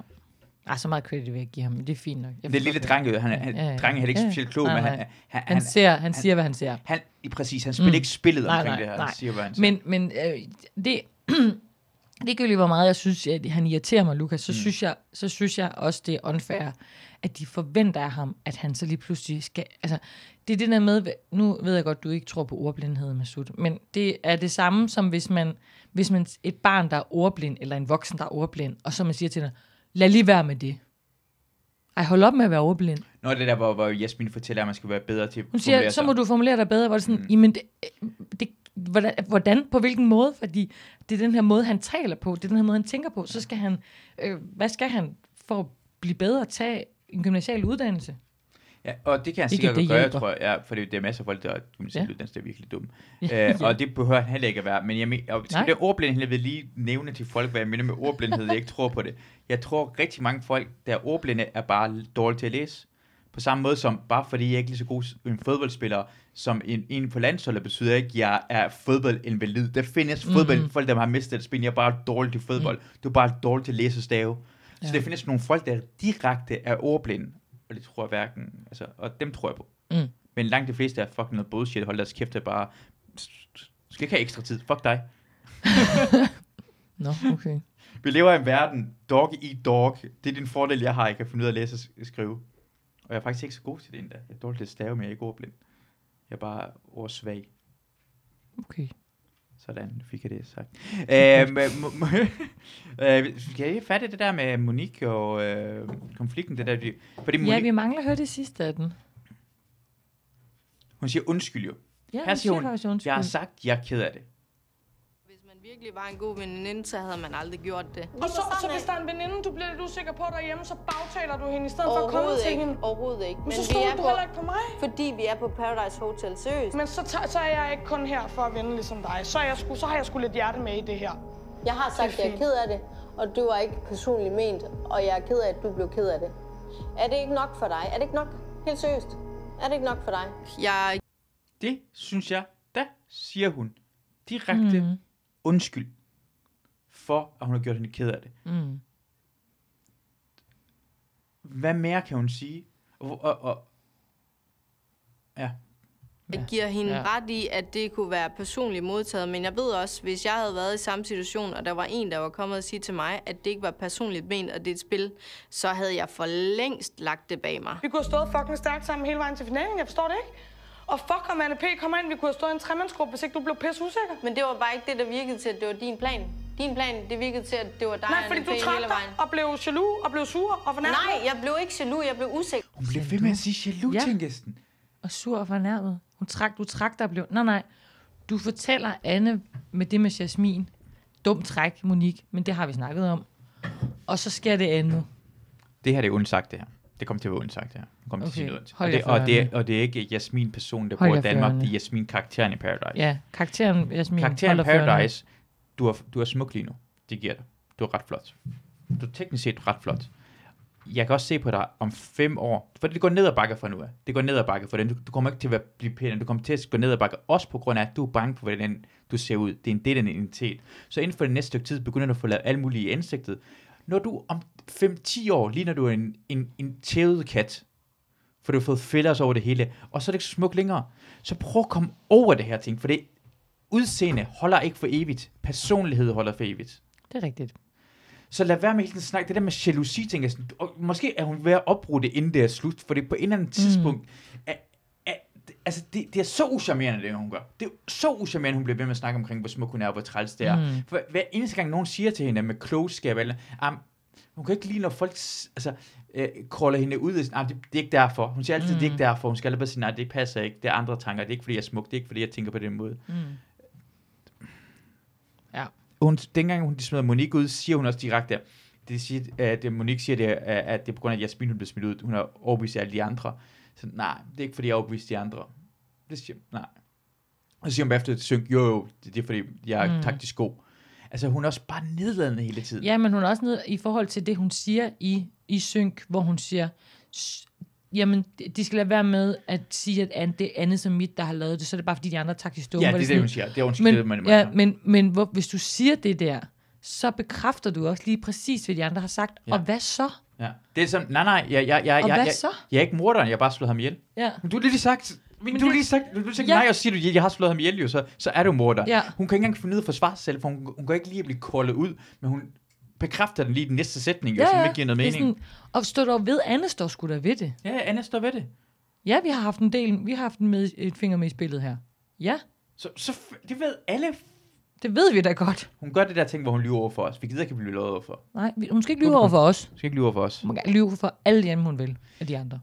Ej, så meget credit vil jeg give ham. men Det er fint nok. Jeg Den forstår lille det. dreng, jo, han, er- han, Ja, ja. drengen er heller ikke Ja, ja. specielt klog, Nej, men han, nej. han, han, Han, ser, han, siger, hvad han ser. Han, i præcis, han spiller mm. ikke spillet Nej, omkring nej, det her. nej. Han siger, hvad han siger. Men, men øh, det, ligegyldigt hvor meget jeg synes, at han irriterer mig, Lukas, så, mm. synes jeg, så synes jeg også, det er unfair, at de forventer af ham, at han så lige pludselig skal... Altså, det er det der med, nu ved jeg godt, du ikke tror på ordblindhed, Masud, men det er det samme som, hvis man, hvis man et barn, der er ordblind, eller en voksen, der er ordblind, og så man siger til dig, lad lige være med det. Ej, hold op med at være ordblind. Når det der, hvor, hvor Jasmin fortæller, at man skal være bedre til at Hun siger, formulere så sig. må du formulere dig bedre, hvor det sådan, mm. jamen, det, det, hvordan, hvordan, på hvilken måde, fordi det er den her måde, han taler på, det er den her måde, han tænker på, så skal han, øh, hvad skal han for at blive bedre at tage en gymnasial uddannelse? Ja, og det kan han Ikke, sikkert at det godt gøre, hjælper. tror jeg, ja, for det, det er masser af folk, der Ja. gymnasial ja. uddannelse, der er virkelig dumme. Ja. Ja. Øh, og det behøver han heller ikke at være. Men jeg mener, og Nej. til det ordblindhed vil jeg lige nævne til folk, hvad jeg mener med ordblindhed, jeg ikke tror på det. Jeg tror rigtig mange folk, der er ordblinde, er bare dårlige til at læse. På samme måde som, bare fordi jeg ikke er lige så god s- en fodboldspiller, som en, en på landsholdet, betyder ikke, at jeg er fodboldinvalid. Der findes Mhm. fodbold, mm. folk, der har mistet et spil, jeg er bare dårlig til fodbold. Mm. Du er bare dårlig til at læse og stave. Så Ja. der findes nogle folk, der direkte er ordblinde, og det tror jeg hverken, altså, og dem tror jeg på. Mm. Men langt de fleste er fucking noget bullshit, hold deres kæft, det er bare, skal ikke have ekstra tid, fuck dig. Nå, okay. Vi lever i en verden, dog i dog, det er din fordel, jeg har, jeg kan finde ud af at læse og s- skrive. Og jeg er faktisk ikke så god til det endda. Jeg er dårlig til at stave, men jeg er ikke ordblind. Jeg er bare ordsvag. okay. Sådan, nu fik jeg det sagt. Øhm, øh, må- må- øh, skal jeg fatte det der med Monique og øh, konflikten? Det der, vi- fordi Monique, Ja, vi mangler at høre det sidste af den. hun siger undskyld jo. Ja, Her hun siger siger hun, faktisk undskyld. jeg har sagt, jeg er ked af det. Hvis man virkelig var en god veninde, så havde man aldrig gjort det. Og så, så hvis der er en veninde, du bliver lidt usikker på derhjemme, så bagtaler du hende i stedet for at komme Overhovedet til ikke. hende. Overhovedet ikke. Men så stoler du heller ikke på mig. fordi vi er på Paradise Hotel. Seriøst. Men så, tager- så er jeg ikke kun her for at vinde ligesom dig. Så, er jeg sku, så har jeg sgu lidt hjerte med i det her. Jeg har sagt, at jeg er ked af det, og du var ikke personligt ment, og jeg er ked af, at du blev ked af det. Er det ikke nok for dig? Er det ikke nok? Helt seriøst. Er det ikke nok for dig? Jeg Det synes jeg, da siger hun direkte mm. undskyld for, at hun har gjort hende ked af det. Mm. Hvad mere kan hun sige? Og, og, og ja. Jeg giver hende Ja. ja. ret i, at det kunne være personligt modtaget, men jeg ved også, hvis jeg havde været i samme situation, og der var en, der var kommet og sige til mig, at det ikke var personligt ment, og det er et spil, så havde jeg for længst lagt det bag mig. Vi kunne have stået fucking stærkt sammen hele vejen til finalen. Jeg forstår det ikke. Og fuck, om Anne P. kommer ind, vi kunne have stået i en tremandsgruppe, hvis ikke du blev pisse usikker. Men det var bare ikke det, der virkede til, at det var din plan. Din plan, det virkede til, at det var dig, Nej, Anna fordi du Fee, trak dig og blev jaloux og blev sur og fornærmet. Nej, jeg blev ikke jaloux, jeg blev usikker. Hun bliver ved med at sige jaloux, Ja. ja. tænker jeg sådan. Og sur og fornærmet. Hun trak, du trak dig og blev... Nej, nej. Du fortæller Anne med det med Jasmin. Dumt træk, Monique, men det har vi snakket om. Og så sker det andet. Det her det er undsagt, det her. Det kommer til at være undsagt, det her. Det kommer okay. til Okay. at sige noget. Hold Og det, jer og, det, førende. og det er ikke Jasmin personen, der Hold bor jer i Danmark. førende. Det er Jasmin karakteren i Paradise. Ja, karakteren Jasmin. Karakteren i holder førende. Paradise, du er, du er smuk lige nu. Det giver dig. Du er ret flot. Du er teknisk set ret flot. Jeg kan også se på dig om fem år, for det går ned ad bakke fra nu af. Det går ned ad bakke for den. Du, du kommer ikke til at være- blive pænere. Du kommer til at gå ned ad bakke, også på grund af, at du er bange på, hvordan du ser ud. Det er en del af din identitet. Så inden for det næste stykke tid, begynder du at få lavet alle mulige indsigtet. Når du om 5-10 år, lige når du er en, en, en tævet kat, for du har fået fillers over det hele, og så er det ikke smukt længere. Så prøv at komme over det her ting, for det udseende holder ikke for evigt. Personlighed holder for evigt. Det er rigtigt. Så lad være med hele tiden at snakke. Det der med jalousi, tænker jeg sådan, og måske er hun ved at opbruge det, inden det er slut, for det på et eller andet tidspunkt, er, er, altså det, det, er så uschammerende, det hun gør. Det er så uschammerende, hun bliver ved med at snakke omkring, hvor smuk hun er, og hvor træls det er. Mm. For hver eneste gang, nogen siger til hende med klogskab, eller, um, hun kan ikke lide, når folk s- altså, øh, kolder hende ud. og siger, "Ah, Det, det, er ikke derfor. Hun siger altid, mm. det er ikke derfor. Hun skal aldrig bare sige, nej, det passer ikke. Det er andre tanker. Det er ikke, fordi jeg er smuk. Det er ikke, fordi jeg tænker på den måde. Mm. Ja. hun, dengang hun de smider Monique ud, siger hun også direkte, det siger, at Monique siger, det, er- at det er på grund af, at Jasmin hun blev smidt ud. Hun har overbevist alle de andre. Så nej, det er ikke, fordi jeg overbeviste de andre. Det siger nej. Og så siger hun bagefter til Synk, jo, jo, det det er, fordi jeg er Mm. mm. taktisk god. Altså, hun er også bare nedladende hele tiden. Ja, men hun er også nede i forhold til det, hun siger i, i synk, hvor hun siger, "S- jamen, de- de skal lade være med at sige, at an- det er andet som mit, der har lavet det, så er det bare, fordi de andre er taktisk dumme. ja Hvor det er det, sådan, hun siger. Det er hun skrevet, men, man ja, men, men hvor, hvis du siger det der, så bekræfter du også lige præcis, hvad de andre har sagt. Ja. Ja. Og hvad så? ja. Det er sådan, nej, nej, jeg, jeg, jeg, Og jeg, hvad jeg, så? jeg er ikke morderen, jeg har bare slået ham ihjel. Ja. Men du har lige sagt, Men men du har det- lige sagt, du, du sagde Ja. ja. nej, og siger du, jeg har slået ham ihjel, jo, så, så er du morder. Ja. Hun kan ikke engang finde ud af at forsvare sig selv, for hun, hun kan ikke lige blive koldet ud, men hun bekræfter den lige i den næste sætning, jo, som ikke giver noget Det er mening. Sådan... Sådan, og stå dog ved, Anne står sgu da ved det. Ja, ja, Anna står ved det. Ja, vi har haft en del, vi har haft en med, et finger med i spillet her. Ja, Så, så f- det ved alle. det ved vi da godt. Hun gør det der ting, hvor hun lyver over for os. Vi gider ikke blive løjet over for. Nej, vi- hun skal ikke lyve over for os. Hun skal ikke lyve over for os. Hun kan lyve for alle de andre, hun vil, af de andre.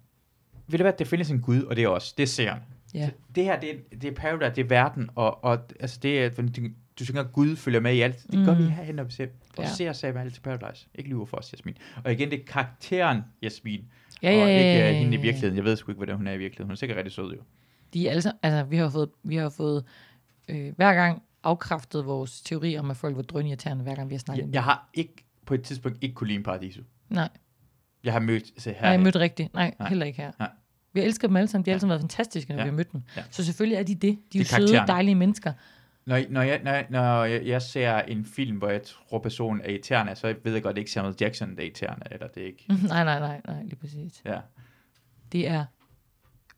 Ved du hvad, det findes en Gud, og det er os. Det er seeren. Ja. Det her, det er, det er paradise, det er verden, og, og altså det er, du, du synger, at Gud følger med i alt. Det gør Mm. vi herhen, og vi ser. Og Ja. ser sagde alt til paradise. Ikke lyver for os, Jasmin. Og igen, det er karakteren, Jasmin. Ja, ja, og ja, ikke ja, uh, ja, hende i ja. virkeligheden. Jeg ved sgu ikke, hvordan hun er i virkeligheden. Hun er sikkert rigtig sød, jo. De er alle sammen, altså, vi har fået, vi har fået øh, hver gang afkræftet vores teori om, at folk var drønirriterende, hver gang vi har snakket. Jeg, om det. jeg har ikke på et tidspunkt ikke kunne lide en paradiso. Nej, Jeg har mødt se her. nej, jeg mødte rigtigt. Nej, Nej. heller ikke her. Nej. Vi elsker dem alle sammen. De har alle sammen været fantastiske, når ja. Ja. vi har mødt dem. Ja. Ja. Så selvfølgelig er de det. De er er jo søde, karaktererne. dejlige mennesker. Når, når, jeg, når, jeg- når jeg, jeg ser en film, hvor jeg tror, personen er irriterende, så ved jeg godt, det er ikke Samuel Jackson, der er irriterende, eller det er ikke... nej, nej, nej, nej, lige præcis. Ja. Det er...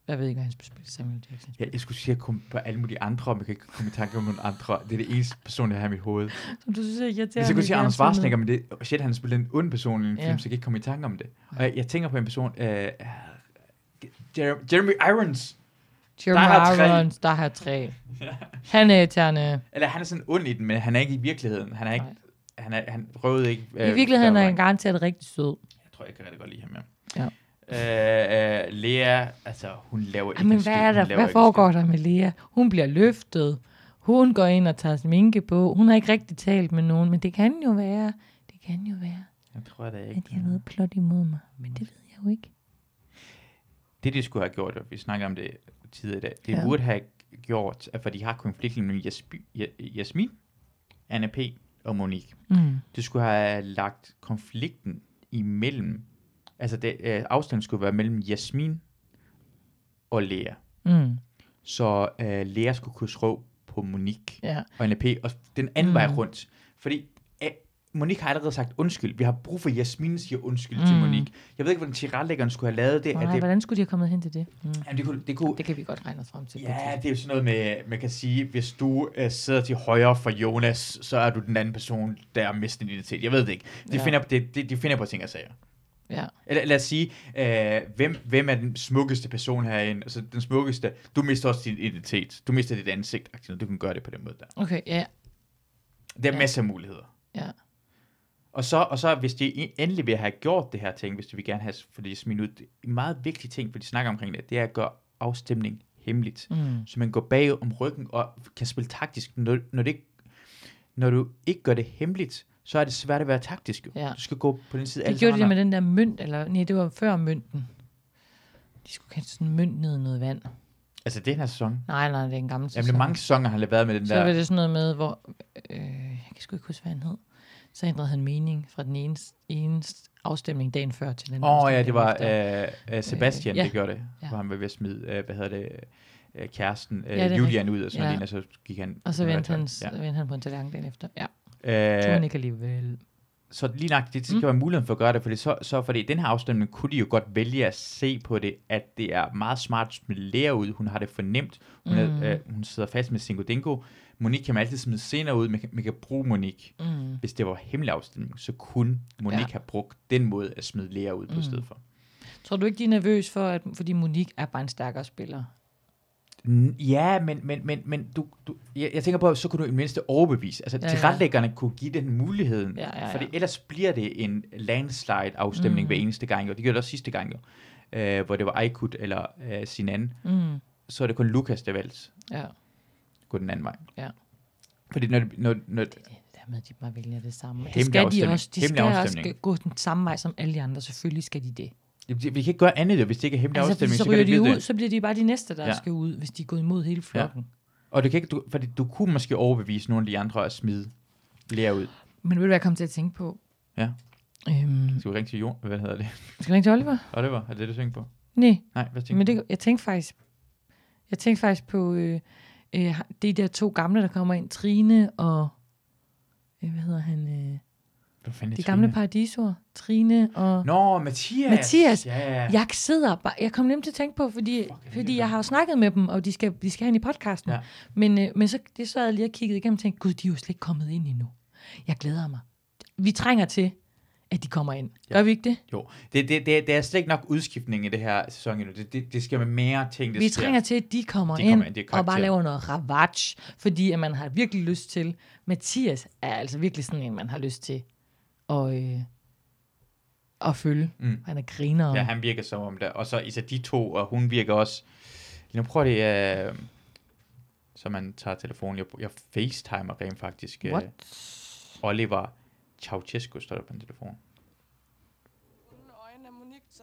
Jeg ved ikke, hvad han spiller Samuel Jackson. Ja, jeg skulle sige, at jeg kom på alle mulige andre, men jeg kan ikke komme i tanke om nogen andre. Det er det eneste person, jeg har i mit hoved. Som du synes er irriterende. Hvis jeg kunne i sige Anders fjernsynet. Schwarzenegger, men det, oh shit, han spiller en ond person i en Ja. film, så jeg kan ikke komme i tanke om det. Og jeg, jeg tænker på en person, øh, Jer- Jeremy Irons, Jeremy Der har tre. Irons, der har tre. Han er irriterende. eller han er sådan ond i den, men han er ikke i virkeligheden. Han er ikke, han, er, han røvede ikke. I virkeligheden er han Caroline. garanteret rigtig sød. Jeg tror, jeg kan rigtig godt lide ham, ja. Ja. Øh, øh, Lea, altså hun laver ikke Ej, men en skid. hvad er Hun der? laver Hvad ikke en skid. foregår der med Lea? Hun bliver løftet. Hun går ind og tager sminke på. Hun har ikke rigtig talt med nogen, men det kan jo være, det kan jo være, Jeg tror det at de ikke. har noget plot imod mig. Men det ved jeg jo ikke. Det, de skulle have gjort, og vi snakker om det tidligere i dag, det Ja. ja. burde have gjort, at for de har konflikten mellem Jaspi, Ja- Jasmin, Anna P. og Monique. Mm. Du skulle have lagt konflikten imellem, altså det, øh, afstanden skulle være mellem Jasmin og Lea. Mm. Så øh, Lea skulle kunne skrå på Monique Ja. og NAP, og den anden Mm. mm. vej rundt. Fordi øh, Monique har allerede sagt undskyld. Vi har brug for, at Jasmin siger undskyld mm. til Mm. Monique. Jeg ved ikke, hvordan tilrettelæggeren skulle have lavet det. at Nej, det, hvordan skulle de have kommet hen til det? Mm. jamen, det kunne, det kunne, Det kan vi godt regne os frem til. på et Ja, det er jo sådan noget med, man kan sige, hvis du øh, sidder til højre for Jonas, så er du den anden person, der mister din identitet. Jeg ved det ikke. De, Ja. ja. finder, de, de, de finder på ting og sager. Ja. Eller lad os sige, øh, hvem, hvem er den smukkeste person herinde? Altså den smukkeste, du mister også din identitet. Du mister dit ansigt. agtigt noget. Du kan gøre det på den måde der. Okay, ja. Der er Ja. ja. masser af muligheder. Ja. Og så, og så hvis de en- endelig vil have gjort det her ting, hvis de vil gerne have, for det smidt ud, en meget vigtig ting, for de snakker omkring det, det er at gøre afstemning hemmeligt. Mm. Så man går bag om ryggen og kan spille taktisk. Når, når, det ikke, når du ikke gør det hemmeligt, så er det svært at være taktisk. jo. Ja. Du skal gå på den side af Det alle gjorde de der andre. med den der mønt, eller nej, det var før mønten. De skulle kaste sådan en mønt ned i noget vand. Altså, det er den her sæson. Nej, nej, det er en gammel Jamen, det er mange sæsoner, han har været med den Så var der. det sådan noget med, hvor... Øh, jeg kan sgu ikke huske, hvad han hed. Så ændrede han mening fra den ene, ene afstemning dagen før til den Åh oh, ja, afstemning det var efter. øh, øh, Sebastian, Øh, ja. der gjorde det. Ja. Ja. Hvor han var ved at smide, øh, hvad hedder det, øh, kæresten, øh, Ja, det er ja, Julian ud og sådan Ja. ja. noget, lignende, og så gik han... og så vendte han, Ja. ja. vendte han på en tallerken dagen efter. Ja, tog han Øh, ikke alligevel. så lige nok, det skal være muligheden for at gøre det, fordi så, så fordi i den her afstemning kunne de jo godt vælge at se på det, at det er meget smart at smide Lea ud, hun har det fornemt, hun, mm. er, øh, hun sidder fast med Cinco Dingo, Monique kan man altid smide senere ud, man kan, man kan bruge Monique. Mm. Hvis det var hemmelig afstemning, så kunne Monique Ja. ja. have brugt den måde at smide Lea ud på mm. stedet for. Tror du ikke, de er nervøs for, at, fordi Monique er bare en stærkere spiller? N- Ja, men, men, men, men du, du, jeg, jeg tænker på, at så kunne du i det mindste overbevise. Altså, Ja, ja, ja. tilretlæggerne kunne give den muligheden. Ja, ja, ja. Fordi ellers bliver det en landslide-afstemning Mm. hver eneste gang. Og det gjorde det også sidste gang, jo. Øh, hvor det var Aykut eller øh, Sinan. Mm. Så er det kun Lukas, der valgte Ja. at gå den anden vej. Ja. Fordi når, når, når, Det der med, at de bare vælger det samme. Det Hemmelig skal de afstemning. også. De Hemmelig skal også afstemning. gå den samme vej som alle de andre. Selvfølgelig skal de det. Jamen, det- Vi kan ikke gøre andet, jo, hvis det ikke er hemmelig altså, Altså, fordi afstemning. Så, så kan ryger det de vide ud, det. så bliver de bare de næste, der Ja. ja. skal ud, hvis de er gået imod hele flokken. Ja. Og du, kan ikke, du, fordi du kunne måske overbevise nogle af de andre at smide lærer ud. Men ved du, hvad jeg kom til at tænke på? Ja. Øhm, Skal vi ringe til Jon? Hvad hedder det? skal vi ringe til Oliver? Oliver, er det det, du tænker på? Nej, Nej, hvad tænker men du? det, jeg tænkte faktisk, jeg tænkte faktisk på øh, øh, de der to gamle, der kommer ind, Trine og, øh, hvad hedder han, øh, Hvad fanden er de Trine? gamle paradisoer, Trine og... Nå, Mathias. Mathias. Ja. Jeg sidder bare, jeg kom nemt til at tænke på, fordi, Fuck, jeg fordi ved jeg har jo snakket med dem, og de skal, de skal hen i podcasten. Ja. Ja. Men, øh, men så, det så jeg lige og kiggede igennem og tænkte, gud, de er jo slet ikke kommet ind endnu. Jeg glæder mig. Vi trænger til, at de kommer ind. Ja. Gør vi ikke det? Jo, det, det, det, det er slet ikke nok udskiftning i det her sæson endnu. Det, det, det skal med mere ting, det vi sker. trænger til, at de kommer, De ind, kommer ind, det er og karakter. bare laver noget ravage, fordi at man har virkelig lyst til. Mathias er altså virkelig sådan en, man har lyst til at, øh, at følge. Mm. Mm. Han er griner. Ja, Ja, han virker som om det. Og så især de to, og hun virker også... Nu prøver det... Øh, så man tager telefonen. Jeg, jeg facetimer rent faktisk. øh, What? Oliver Ceausescu står der på en telefon. Runde øjne af Monique, så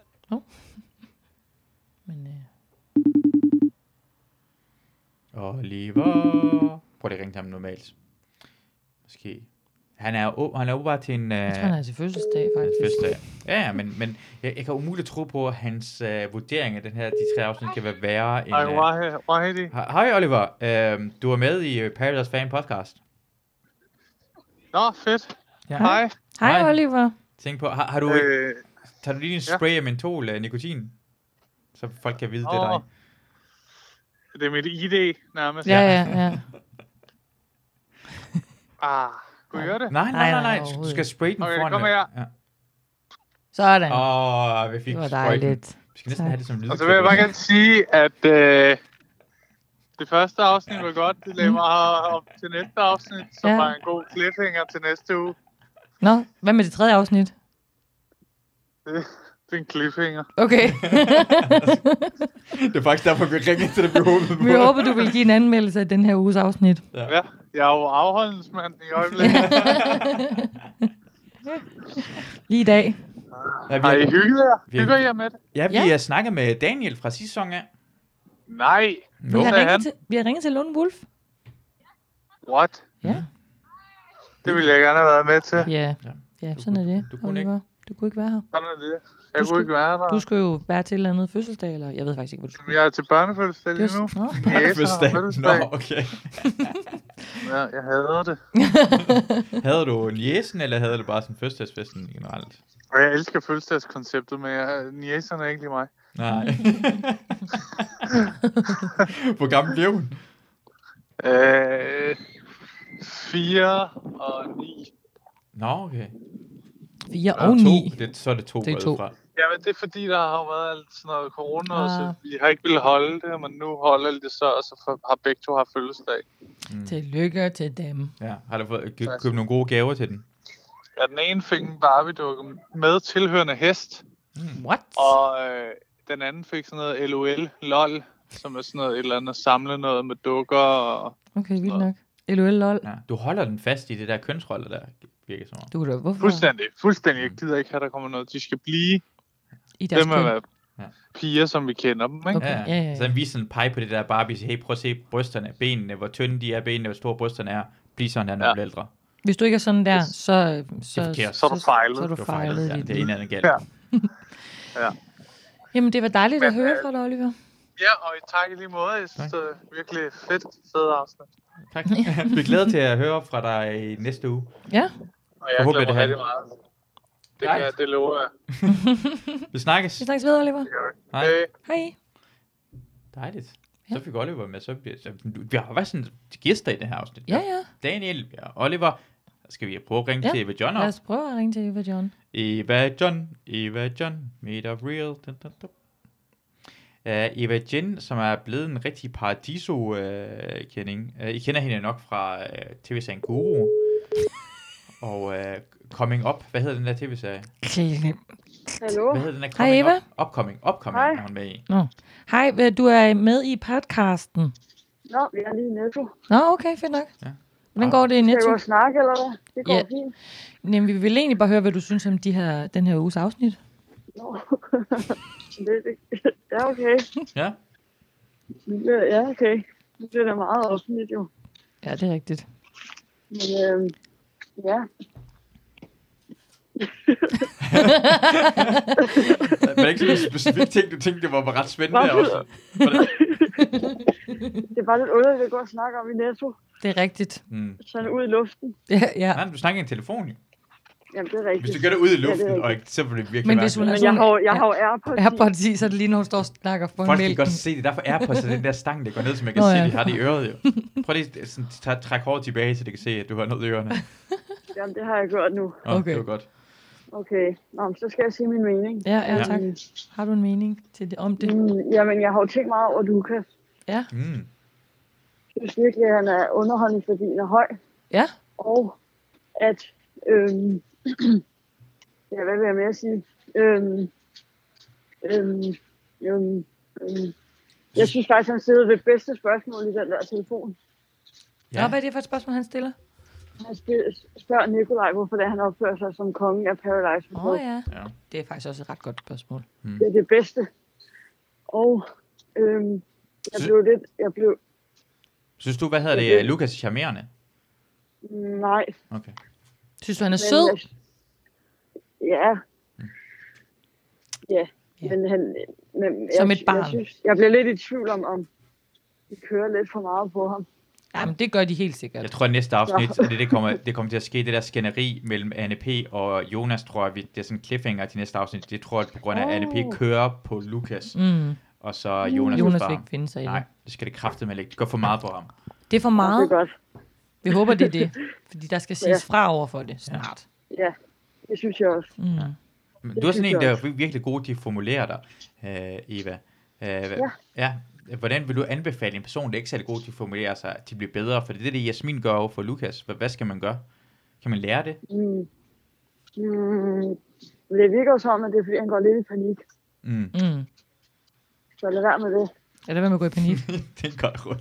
Men, øh, Oliver... Prøv lige at ringe til ham normalt. Måske... Han er, oh, han er åbenbart til en... jeg øh, tror, han er til fødselsdag, Hans faktisk. fødselsdag. Ja, ja, men, men jeg, jeg kan umuligt tro på, at hans øh, vurdering af den her, de tre afsnit kan være værre end... Ej, øh, why, why er det? Hej- Hej Oliver, øhm, du er med i øh, Paradise Fan Podcast. Nå, fedt. Ja. Hej. Hej, Hej. Oliver. Tænk på, har, har du, øh, Øh, tager du lige en spray af mentol øh, nikotin? Så folk kan vide, det er Åh. dig. det er mit ID nærmest. Ja, ja, ja. Ah, kunne I høre det? Nej, nej, nej, nej, nej, du- du overhovedet skal spraye den Okay, foran. kommer øh, jeg. Ja. Sådan. Åh, vi fik det var sprøjten. dejligt. Vi skal næsten Tak. have det som lyd. Og så vil jeg bare gerne sige, at øh, det første afsnit var godt. Det lagde mig op til næste afsnit, som Ja. var en god cliffhanger til næste uge. Nå, hvad med det tredje afsnit? Det er en cliffhanger. Okay, Det er faktisk derfor, vi ringede til dig, vi håbede på. vi håber, du vil give en anmeldelse af den her uges afsnit. Ja, jeg er jo afholdensmand i øjeblikket. Lige i dag. Ja, vi, Har I har, hygget jer? Vi- Hygger I jer med det? ja, vi Ja. har snakket med Daniel fra sidste sæson af. Nej. Vi har, Hvad er han? ringet til, vi har ringet til Lone Wolf. What? Ja. Det ville jeg gerne have været med til. Ja, Ja. ja Du sådan er kunne- det, du kunne Oliver. Du kunne ikke være her. Sådan er det. Du skal- Jeg kunne ikke være der. Du skulle jo være til et eller andet fødselsdag, eller jeg ved faktisk ikke, hvad du skulle. Jeg er til børnefødselsdag Det lige nu. var, nå, Fødselsdag. Nå, Børnefødselsdag. okay. Ja, jeg hader det. Havde du en jæsen, eller havde du bare sådan fødselsdagsfesten generelt? Og jeg elsker fødselsdagskonceptet, men jeg, niæserne er ikke lige mig. Nej. Hvor gammel blev hun? Øh, 4 og 9. Nå, okay. 4 Ja, og 9. To. Det, så er det to, Det er går jeg to. ud Fra. Jamen, det er fordi, der har jo været alt sådan noget corona, ah. så Ah. vi har ikke ville holde det, men nu holder det så, og så for- har begge to haft fødselsdag. Tillykke til dem. Ja, har du fået, kø- Tak. købt nogle gode gaver til den? Ja, den ene fik en Barbie-dukke med tilhørende hest, What? og øh, den anden fik sådan noget LOL, LOL, som er sådan noget et eller andet at samle noget med dukker og... Okay, vildt nok. LOL lol. Ja. Du holder den fast i det der kønsrolle, der virker som om. Du er da, hvorfor? Fuldstændig, fuldstændig. Jeg gider ikke have, der kommer noget. De skal blive I deres dem at køn. være Ja. piger, som vi kender dem, ikke? Okay, ja, ja, ja. Så han viser sådan en pege på det der Barbie, siger, hey, prøv at se brysterne, benene, hvor tynde de er, benene, hvor store brysterne er. Bliv sådan her, når Ja. du bliver ældre. Hvis du ikke er sådan der, så, så, forkert. Så er du fejlet. Så er du Det var fejlet. fejlet. Ja, i det er en livet. anden galt. Ja. Jamen, det var dejligt at Men, høre øh, fra dig, Oliver. Ja, og i tak i lige måde. Jeg synes, det er virkelig fedt fed afsnit. Tak. Vi glæder til at høre fra dig i næste uge. Ja, Og jeg Forhåbentlig glæder det mig rigtig meget. Det, kan, jeg- det lover jeg. Vi snakkes. vi snakkes ved, Oliver. Hej. Hey. Hej. Dejligt. Ja. Så fik Oliver med, så bliver, så, vi har været sådan gæster i det her afsnit. Ja, ja. Daniel og Oliver. Skal vi prøve at ringe Ja. til Eva John Lad op? os prøve at ringe til Eva John. Eva John, Eva John, made of real. Dun, dun, dun. Uh, Eva Jen, som er blevet en rigtig paradiso-kending. Uh, I kender hende nok fra uh, tv-serien Guru. og uh, Coming Up. Hvad hedder den der tv-serie? Hallo. Hvad hedder den der Hej, Coming Eva. Up? Upcoming. Upcoming Hej. er hun med i. Hej, øh, du er med i podcasten. Nå, jeg er lige i Netto. Nå, okay, fedt nok. Ja. Hvordan Ah. går det i Skal jeg Netto? gå og snakke, eller hvad? Det går Ja. fint. Jamen, vi vil egentlig bare høre, hvad du synes om de her, den her uges afsnit. Nå. det, det, ja, okay. Ja. Nu bliver- Ja, okay. Nu bliver det meget offentligt jo. Ja, det er rigtigt. Men øhm, ja, Men det er ikke sådan en specifik ting, du tænkte, det var ret spændende Nå. også. Hvordan- det er bare lidt underligt at gå og snakke om i Netto. Det er rigtigt. Mm. Sådan ud i luften. Ja, ja. Nej, du snakker i en telefon, jo. Jamen, det er rigtigt. Hvis du gør det ud i det er luften, rigtigt. og ikke, så vil det virkelig Men hvis hun mærkeligt. Men Altså, jeg har jo, jeg har jo AirPods. Jeg i. er på et sig, så er det lige når hun står og snakker for Folk kan mælken. godt se det. Derfor er på så den der stang, der går ned, så man kan Nå, se, ja. at de har det i øret, jo. Prøv lige at sådan, tag- træk håret tilbage, så de kan se, at du har noget i ørerne. Jamen, det har jeg gjort nu. Nå, okay. Okay. Det var godt. Okay, Nå, men så skal jeg sige min mening. Ja, ja, Ja. tak. Har du en mening til det, om det? Mm, jamen, jeg har jo tænkt meget over Lukas. Mm. Jeg synes virkelig, at han er underholdende, fordi han er høj. Ja. Og at, øhm, ja, hvad vil jeg mere sige? Øhm, øhm, øhm, øhm. Jeg synes faktisk, han stillede det bedste spørgsmål i den der telefon. Ja. Ja. Nå, hvad er det for et spørgsmål, han stiller? Han spil- spørger Nikolaj, hvorfor det er, han opfører sig som kongen af Paradise Åh Hotel. oh, ja. Ja. Det er faktisk også et ret godt spørgsmål. Det er det bedste. Og øhm, jeg Så- blev lidt, jeg blev, Synes du, hvad hedder det, øh, Lukas er charmerende? nej, Okay. Synes du, han er Men øh, sød? jeg- Ja. Ja, Ja. men han... Men Som jeg, et barn. Jeg, synes, jeg bliver lidt i tvivl om, om vi kører lidt for meget på ham. Jamen, det gør de helt sikkert. Jeg tror, at næste afsnit, at det, det, kommer, det kommer til at ske, det der skænderi mellem Anne P. og Jonas, tror jeg, vi- det er sådan en cliffhanger til næste afsnit. Det tror jeg, på grund af, at Anne P. kører på Lukas, Mm. og så er Jonas, Jonas far. vil ikke finde sig i Nej, det. det skal det kraftedeme med ikke. Det går for meget på ham. Det er for Ja, Det meget. er godt. Vi håber, det er det. Fordi der skal siges fra over for det snart. Ja, det synes jeg også. Mm. Men Det du er synes sådan en, der jeg er vir- virkelig god til at formulere dig, øh, Eva. Øh, ja. ja. Hvordan vil du anbefale en person, der ikke er særlig god til at formulere sig, til at blive bedre? For det er det, Jasmin gør over for Lukas. Hvad, hvad skal man gøre? Kan man lære det? Mm. Mm. Men det virker jo som, om, at det er, fordi han går lidt i panik. Mm. Mm. Så lad være med det. Er det, hvad med at gå i panik? det er en godt råd.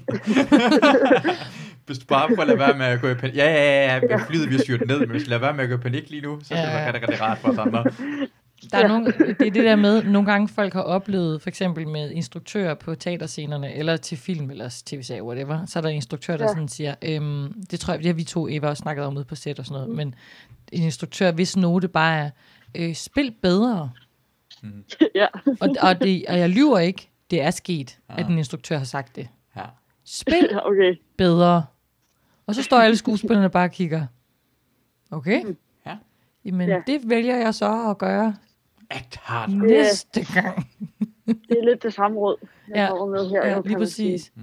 hvis du bare prøver at lade være med at gå i panik. Ja, ja, ja, ja. Flyet bliver styrt ned, men hvis du lader være med at gå i panik lige nu, så er det Ja, ja. rigtig, rigtig rart for os andre. Der er nogle, det er det der med, nogle gange folk har oplevet, for eksempel med instruktører på teaterscenerne, eller til film, eller s- tv-serier, whatever, så er der en instruktør, der ja. Ja. sådan siger, øhm, det tror jeg, det har vi to, Eva, også snakket om ude på set og sådan noget, men en instruktør, hvis note bare er, øh, spil bedre, Mm. ja. og, og, det, og jeg lyver ikke, det er sket, ja. Ah. at en instruktør har sagt det. Ja. Spil ja, okay. bedre. Og så står alle skuespillerne bare og kigger. Okay? Ja. Jamen, Mm. ja. Ja. det vælger jeg så at gøre Act hard. Mm. næste gang. Det er lidt det samme råd, jeg Ja. ja. kommer med her. Ja, jo, lige kan man sige. præcis. Mm.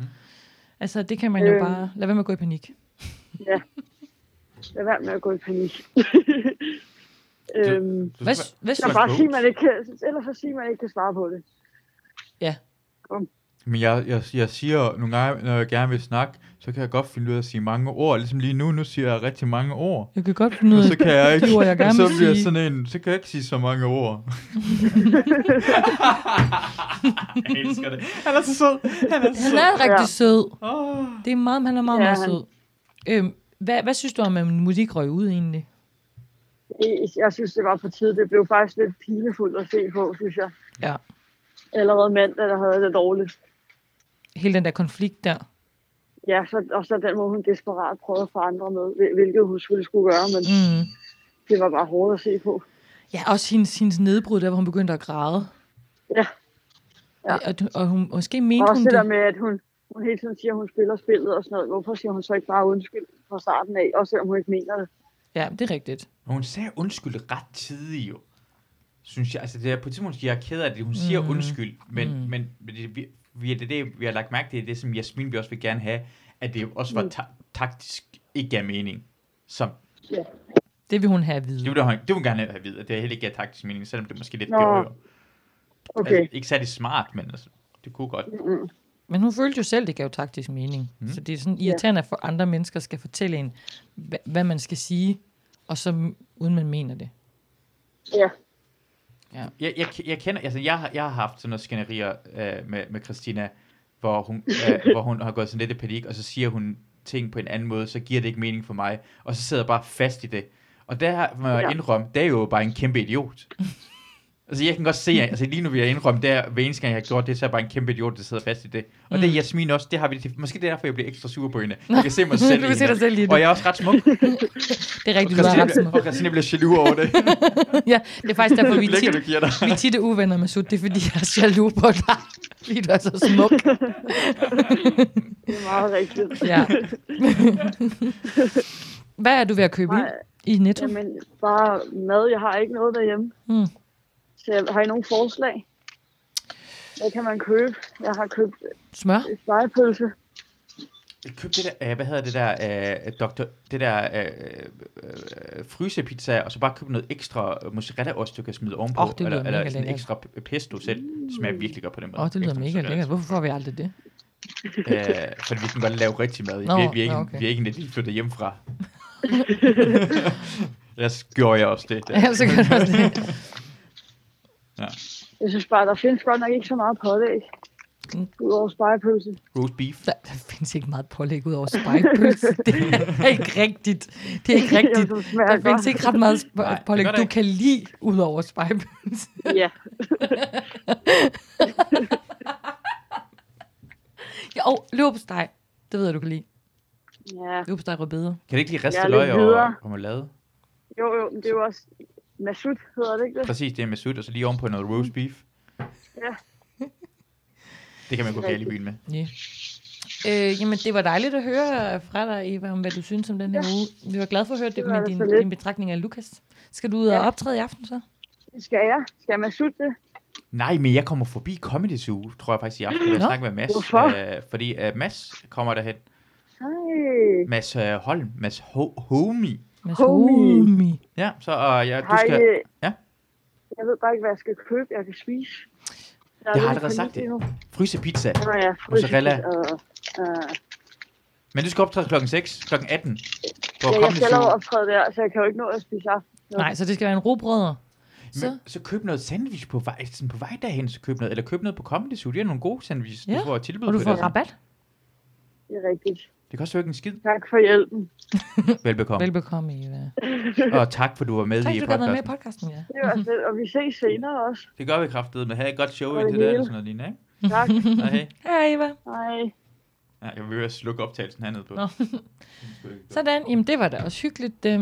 Altså, det kan man jo Øhm. bare... Lad være med at gå i panik. Lad være med at gå i panik. øhm, Du skal være- Hvad, hvad så synes Slags bare bog. sige, man ikke kan, ellers så sige, man ikke kan svare på det. Men jeg, jeg, jeg siger nogle gange, når jeg gerne vil snakke, så kan jeg godt finde ud af at sige mange ord. Ligesom lige nu, nu siger jeg rigtig mange ord. Jeg kan godt finde ud Og af så kan jeg ikke, de ord, Mm. jeg gerne så vil bliver jeg sige. sådan en, så kan jeg ikke sige så mange ord. jeg elsker det. Han er så sød. Han er så Han er rigtig Ja. sød. Åh. Det er meget, han er meget, Ja, meget han- sød. Øhm, hvad, hvad synes du om, at musik røg ud egentlig? Det- Jeg synes, det var på tide. Det blev faktisk lidt pinefuldt at se på, synes jeg. Ja. Allerede mandag, der havde jeg det dårligt. Hele den der konflikt der. Ja, så, og så den måde, hun desperat prøvede at få andre med, hvil- hvilket hun skulle skulle gøre, men mm. Mm. det var bare hårdt at se på. Ja, også hendes, hendes nedbrud, der hvor hun begyndte at græde. Ja. Ja. Og, og, og hun, måske mente Og hun også det der det. med, at hun, hun hele tiden siger, at hun spiller spillet og sådan noget. Hvorfor siger hun så ikke bare undskyld fra starten af, også selvom hun ikke mener det? Ja, det er rigtigt. Og hun sagde undskyld ret tidligt jo. Synes jeg, altså det er på et tidspunkt, jeg er ked af det. Hun siger Mm. mm. undskyld, men, Mm. mm. men men det, vi, vi, det, er det, vi har lagt mærke til, det som Jasmin vi også vil gerne have, at det også Mm. var ta- taktisk ikke gav mening. Som, Det vil hun have at vide. det vil hun, det vil hun gerne have at vide, at det heller ikke gav taktisk mening, selvom det måske lidt Nå, gjorde jo. Okay. Altså, ikke særlig smart, men altså, det kunne godt. Men hun følte jo selv, det gav taktisk mening. Mm. Så det er sådan irriterende, at for andre mennesker skal fortælle en, hva- hvad man skal sige, og så m- uden man mener det. Ja. Jeg, jeg, jeg kender, altså jeg, har- jeg har haft sådan noget skænderier øh, med, med Christina, hvor hun, øh, hvor hun har gået sådan lidt i panik, og så siger hun ting på en anden måde, så giver det ikke mening for mig, og så sidder jeg bare fast i det. Og der har- må jeg Ja. indrømme, der er jo bare en kæmpe idiot. Altså, jeg kan godt se, altså lige nu vil jeg indrømme, der hver eneste gang, jeg har gjort det, så er jeg bare en kæmpe idiot, der sidder fast i det. Og mm. det er Jasmin også, det har vi, det, måske det er derfor, jeg bliver ekstra sur på hende. Jeg kan se mig selv Du i kan se hende. dig selv i det. Og jeg er også ret smuk. Det er rigtigt, du har ret Christine, smuk. og Christine bliver jaloux over det. Ja, det er faktisk derfor, vi Det blikker, tit, du giver dig. vi tit er uvenner med Sut. Det er, fordi jeg er jaloux på dig. Fordi du er så smuk. Det er meget rigtigt. Ja. Hvad er du ved at købe ind Nej, i Netto? Jamen, bare mad. Jeg har ikke noget derhjemme. Mm. Så jeg, har I nogen forslag? Hvad kan man købe? Jeg har købt Smør? stegepølse. Jeg købte det der, øh, hvad hedder det der, øh, doktor, det der øh, øh, frysepizza, og så bare købe noget ekstra mozzarella-ost, du kan smide ovenpå. Åh, det lyder eller, mega eller sådan en lækkert. ekstra p- pesto selv. Det smager virkelig godt på den måde. Åh, oh, det lyder Ekstra mega mozzarella. lækkert. Hvorfor får vi aldrig det? Øh, fordi vi kan godt lave rigtig mad. Nå, vi, vi, er ikke, nå, okay. vi er ikke en lille flyttet hjemmefra. Ellers gjorde jeg også det. Der. Altså, kan du også det. Jeg synes bare, der findes godt nok ikke så meget pålæg. Mm. Udover stegepølse. Roast beef. Der, der findes ikke meget pålæg ud over spejlpølse. Det er ikke rigtigt. Det er ikke rigtigt. Jamen, det smager Der findes godt. ikke ret meget sp- Nej, det pålæg, gør der du ikke. kan lide ud over spejlpølse. Ja. Ja, og løbsteg. Det ved jeg, du kan lide. ja. Løbsteg rødbeder. Kan det ikke lige Jeg riste er lidt løg og videre. marmelade? Jo, jo, men det er jo også... Masut hedder det ikke det? Præcis, det er med sut, og så lige ovenpå noget roast beef. Ja. Det kan man gå galt i byen med. Yeah. Øh, jamen, det var dejligt at høre fra dig, Eva, om hvad du synes om den her uge. Vi var glade for at høre det var med det din, så lidt. din betragtning af Lukas. Skal du ud og optræde i aften så? Skal jeg? Skal Masut det? Nej, men jeg kommer forbi Comedy Zoo, tror jeg faktisk i aften, når jeg Nå, snakker med Mads. hvorfor? Øh, fordi øh, Mads kommer derhen. Hej. Mads øh, Holm, Mads Ho- Homie. Mads Homie. Homie. Ja, så og ja, du Hej. skal... øh, Ja. Jeg ved bare ikke, hvad jeg skal købe. Jeg kan spise. Jeg Jeg har allerede sagt det. Nu Fryse pizza. Nu er jeg Mozzarella. fryset, og, øh, Men du skal optræde klokken 6, klokken 18. På ja, jeg Comedy skal lov Zoo. optræde der, så jeg kan jo ikke nå at spise aften. Nej, så det skal være en robrødder. Så, Men, så køb noget sandwich på vej, sådan på vej derhen, så køb noget, eller køb noget på Comedy Zoo. Det er nogle gode sandwiches, Ja, du får tilbud og du på får det. rabat. Det er rigtigt. Det koster jo ikke en skid. Tak for hjælpen. Velbekomme. Velbekomme, Eva. Og tak, for du var med Tak, i du har været med podcasten. i podcasten, ja. Det var Mhm. selv, og vi ses senere også. Det gør vi kraftedeme. med. Have et godt show Og det indtil da, eller hele. sådan noget lignende, ikke? Tak. Mhm. Nå, Hej. Hej, Eva. Hej. Ja, jeg vil ved at slukke optagelsen hernede på. Nå. Så Sådan, jamen det var da også hyggeligt. Øhm,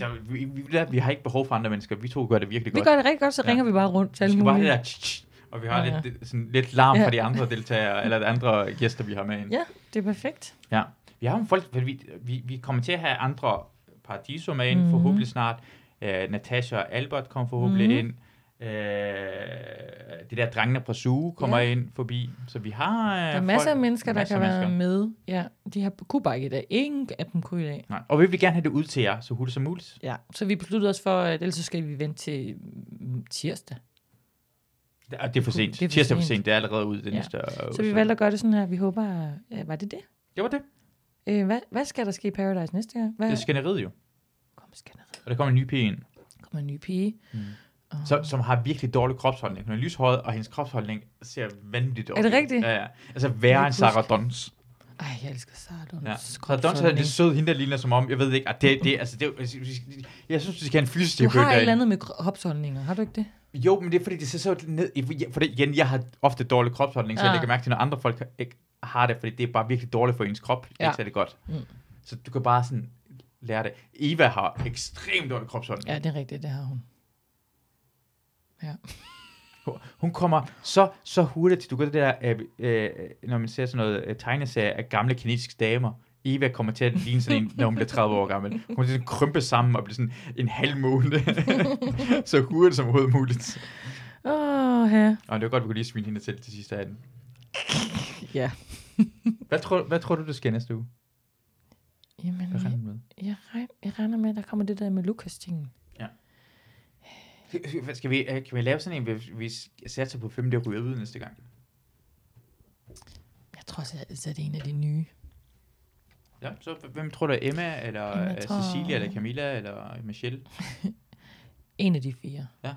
der, vi, vi, der, vi har ikke behov for andre mennesker. Vi to gør det virkelig vi godt. gør det rigtig godt, så Ja. ringer vi bare rundt til Vi alle skal bare have mulige. det der tsch, tsch, og vi har Ja, ja. lidt, det- sådan lidt larm Ja. fra de andre deltagere, eller de andre gæster, vi har med ind. Ja, det er perfekt. Ja. Vi har jo folk, fordi vi, vi, vi kommer til at have andre Paradiso med ind, Mhm. mm. forhåbentlig snart. Øh, Natasha og Albert kommer forhåbentlig Mhm. mm. ind. Øh, det der drengene fra Suge kommer Ja. ja. ind forbi. Så vi har... Øh, Der er masser af folk- mennesker, der masser kan af være mennesker. med. Ja, de har kunne bare ikke i dag. Ingen af dem kunne i dag. Nej. Og vi vil gerne have det ud til jer, så hurtigt som muligt. Ja, så vi besluttede os for, at ellers så skal vi vente til mm, tirsdag. Det er, det er for sent. Det er for Tirsdag er for sent. sent. Det er allerede ude den Ja. ja. næste øh, Så vi valgte at gøre det sådan her. Vi håber, øh, var det det? Det var det. Øh, hvad, hvad skal der ske i Paradise næste gang? Hvad? Det er skænderiet jo. Kom, skal der Og der kommer en ny pige ind. kommer en ny pige. Mm. som, som har virkelig dårlig kropsholdning. Hun er lyshåret, og hendes kropsholdning ser vanvittigt Er det ud. rigtigt? Ja, ja. Altså kan værre end ikke Sarah Dons. Ej, jeg elsker Sarah Dons. Ja. Ja. Sarah Dons er lidt sød, hende der ligner som om, jeg ved ikke, at det, det, altså, det, jeg synes, vi skal have en Du fysioterapeut har et eller derinde. andet med kropsholdninger, har du ikke det? Jo, men det er fordi, det ser så ned, i- for det, igen, jeg har ofte dårlig kropsholdning, så Ah. jeg lægger mærke til, når andre folk har- ikke har det, fordi det er bare virkelig dårligt for ens krop. Ja. Ja. Ikke særlig godt. Mm. Så du kan bare sådan lære det. Eva har ekstremt dårlig kropsholdning. Ja, det er rigtigt, det har hun. Hun kommer så, så hurtigt til, du gør det der, øh, øh, når man ser sådan noget øh, tegneserie af gamle kinesiske damer. Eva kommer til at ligne sådan en, når hun bliver 30 år gammel. Hun kommer til at krympe sammen og blive sådan en halv måned. så hurtigt som overhovedet muligt. Åh, oh, ja. Og det var godt, vi kunne lige svine hende til til sidste af den. Ja. Hvad tror, hvad tror du, der sker næste uge? Jamen, Hvad regner jeg, du med? jeg, regner, jeg regner med, at der kommer det der med Lukas-tingen. Skal- Skal vi, øh, kan vi lave sådan en, hvis vi satser på fem, der ryger ud næste gang? Jeg tror også, at det er en af de nye. Ja, så hvem tror du er Emma, eller Jamen, jeg øh, tror- Cecilia, eller Camilla, eller Michelle? En af de fire. Ja.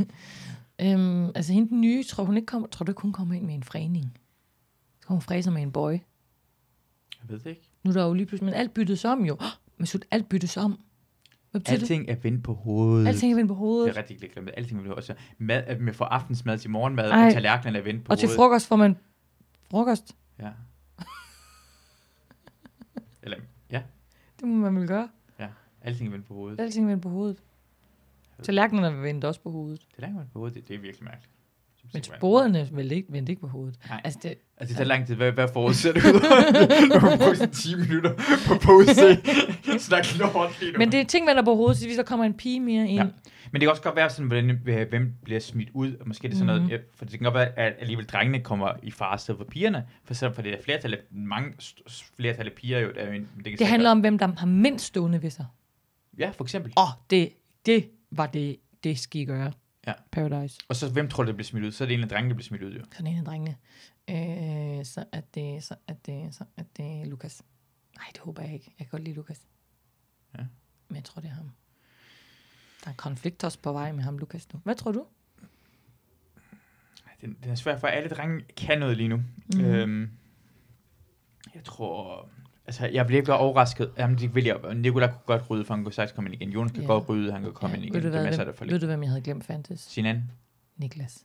øhm, altså hende den nye, tror, hun ikke kommer, tror du ikke, hun kommer ind med en fræning? Så kommer hun fræser med en boy. Jeg ved det ikke. Nu er der jo lige pludselig, men alt byttes om jo. Men sut, alt byttes om. Hvad betyder Alting. Alting er vendt på hovedet. det? Alting er vendt på det hovedet. er rigtig lidt glemt. Alting er vendt på hovedet. Så mad, at man får aftensmad til morgenmad, Ej. og tallerkenen er vendt på Og til hovedet. frokost får man frokost. Ja. Eller, ja, Det må man vel gøre. ja. Alting er vendt på hovedet. Alting er vendt på hovedet. Tallerkenerne er vendt også på hovedet. Tallerkenen er vendt på hovedet, det, det er virkelig mærkeligt. Som Men sikkert- sporene er vel ikke, vendt ikke på hovedet. Nej. Altså, det, Altså, det tager lang tid. Hvad, hvad forudsætter du? Du har brugt sådan 10 minutter på pose. Snak lort lige nu. men det er ting, man er på hovedet, så hvis der kommer en pige mere ind. Ja. Men det kan også godt være sådan, hvordan, øh, hvem bliver smidt ud, og måske er det sådan mm-hmm. Mhm. noget, ja, for det kan godt være, at alligevel drengene kommer i fare sted for pigerne, for selvom for det er flertal af, mange st- s- flertal af piger jo, der er jo en, men kan Det sikkert- handler om, hvem der har mindst stående ved sig. Ja, for eksempel. Åh, oh, det, det var det, det skal I gøre. Ja. Paradise. Og så hvem tror du, der bliver smidt ud? Så er det en af drengene, der bliver smidt ud, jo. Sådan en af drengene. Øh, så er det, så er det, så er det Lukas. Nej, det håber jeg ikke. Jeg kan godt lide Lukas. Ja. Men jeg tror, det er ham. Der er en konflikt også på vej med ham, Lukas, nu. Hvad tror du? Den, den er svær for, alle drenge kan noget lige nu. Mhm. Mm-hmm. Øhm, jeg tror... Altså, jeg bliver ikke overrasket. Jamen, det vil jeg. Nicolai kunne godt rydde, for han kunne sagtens komme ind igen. Jon kan Ja. godt rydde, han kan komme ind igen. ved, du Det er hvad, masser, der hvem, for ved lidt. du, hvem jeg havde glemt fandtes? Sinan, Niklas.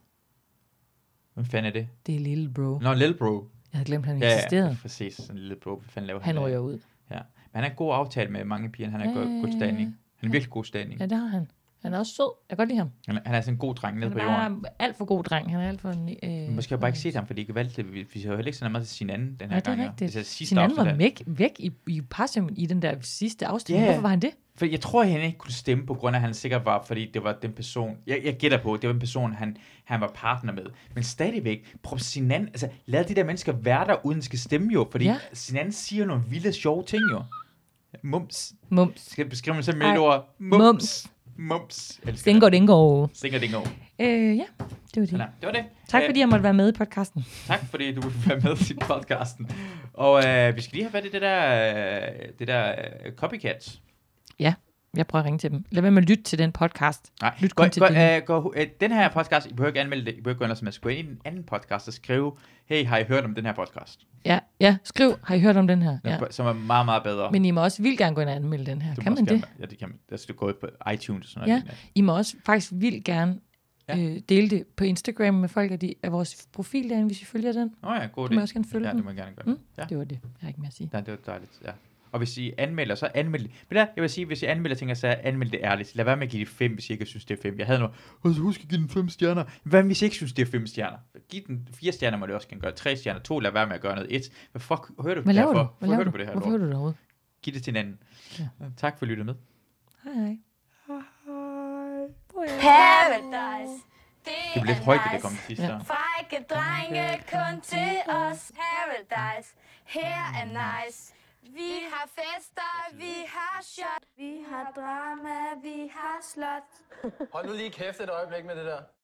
hvem fanden er det? Det er lille bro. Nå, Lil Bro. Jeg havde glemt, han Ja, eksisterede. ja, præcis. Sådan en lille bro. Hvad fanden laver Han der? ryger ud. Ja. Men han har en god aftale med mange piger. Han er Ja, ja, ja, god, god ja, standing. Han ja. er virkelig god standing. Ja, det har han. Han er også sød. Jeg kan godt lide ham. Han, er- han er sådan en god dreng nede Han på er jorden. bare alt for god dreng. Han er alt for... Øh, Men Måske har jeg bare ikke set ham, fordi jeg ikke valgte det. Vi, vi har jo heller ikke sådan meget til sin anden den her Nej, det gang. er jo. rigtigt. Det er sidste Sin anden afsnit var af- væk, væk i, i Parsem i den der sidste afsnit. Ja. Yeah. Hvorfor var han det? For jeg tror, at han ikke kunne stemme på grund af, at han sikkert var, fordi det var den person, jeg, jeg gætter på, det var en person, han, han var partner med. Men stadigvæk, prøv Sinan, altså lad de der mennesker være der, uden skal stemme jo, fordi ja. Ja. Sinan siger nogle vilde, sjove ting jo. Mums. Mums. Skal jeg beskrive mig selv med et Ej. ord? Mums. Mums. Mums. Elsker det. Stengård Indgård. Singer Dingo. Øh, ja, det var Sådan det. der. Det var det. Tak Øh, fordi jeg måtte være med i podcasten. Tak fordi du ville være med i podcasten. Og øh, vi skal lige have fat i det der, øh, det der øh, copycat. Jeg prøver at ringe til dem. Lad være med at lytte til den podcast. Nej, Lyt gå, kun til gå, din. øh, gå, øh, den her podcast, I behøver ikke anmelde det, I behøver ikke gå ind og sms. Gå ind i den anden podcast og skrive, hey, har I hørt om den her podcast? Ja, ja, skriv. Har I hørt om den her? Den, Ja. ja. Som er meget, meget bedre. Men I må også vildt gerne gå ind og anmelde den her. Du må Kan også man det? gerne- Ja, det kan man. Der skal du gå ud på iTunes og sådan Ja. noget. I må også faktisk vildt gerne Ja. øh, dele det på Instagram med folk af, de, af vores profil derinde, hvis I følger den. Nå ja, god Du må også gerne følge Ja, den. det må jeg gerne gøre. Mm. Mm. Ja. Det var det. Jeg har ikke mere at sige. ja, det var dejligt. Ja. Og hvis I anmelder, så anmeld det. Men der, jeg vil sige, hvis I anmelder ting, så anmeld det ærligt. Lad være med at give det 5, hvis I ikke synes, det er 5. Jeg havde noget, "Åh, så husk at give den 5 stjerner. Hvad hvis I ikke synes, det er 5 stjerner? Giv den 4 stjerner, må det også gerne gøre. 3 stjerner, 2, lad være med at gøre noget. 1. Hvad fuck, hører du Hvad laver derfor? du? Hvorfor Hvad laver hører du? du på det her? Hvorfor lort? hører du det overhovedet? Giv det til hinanden. Ja. Tak for at lytte med. Hej, hej. Paradise. Det blev lidt højt, da det kom til sidst. Ja. Ja. Frække drenge kun til os. Paradise. Her er nice. Vi har fester, vi har shot. Vi har drama, vi har slot. Hold nu lige kæft et øjeblik med det der.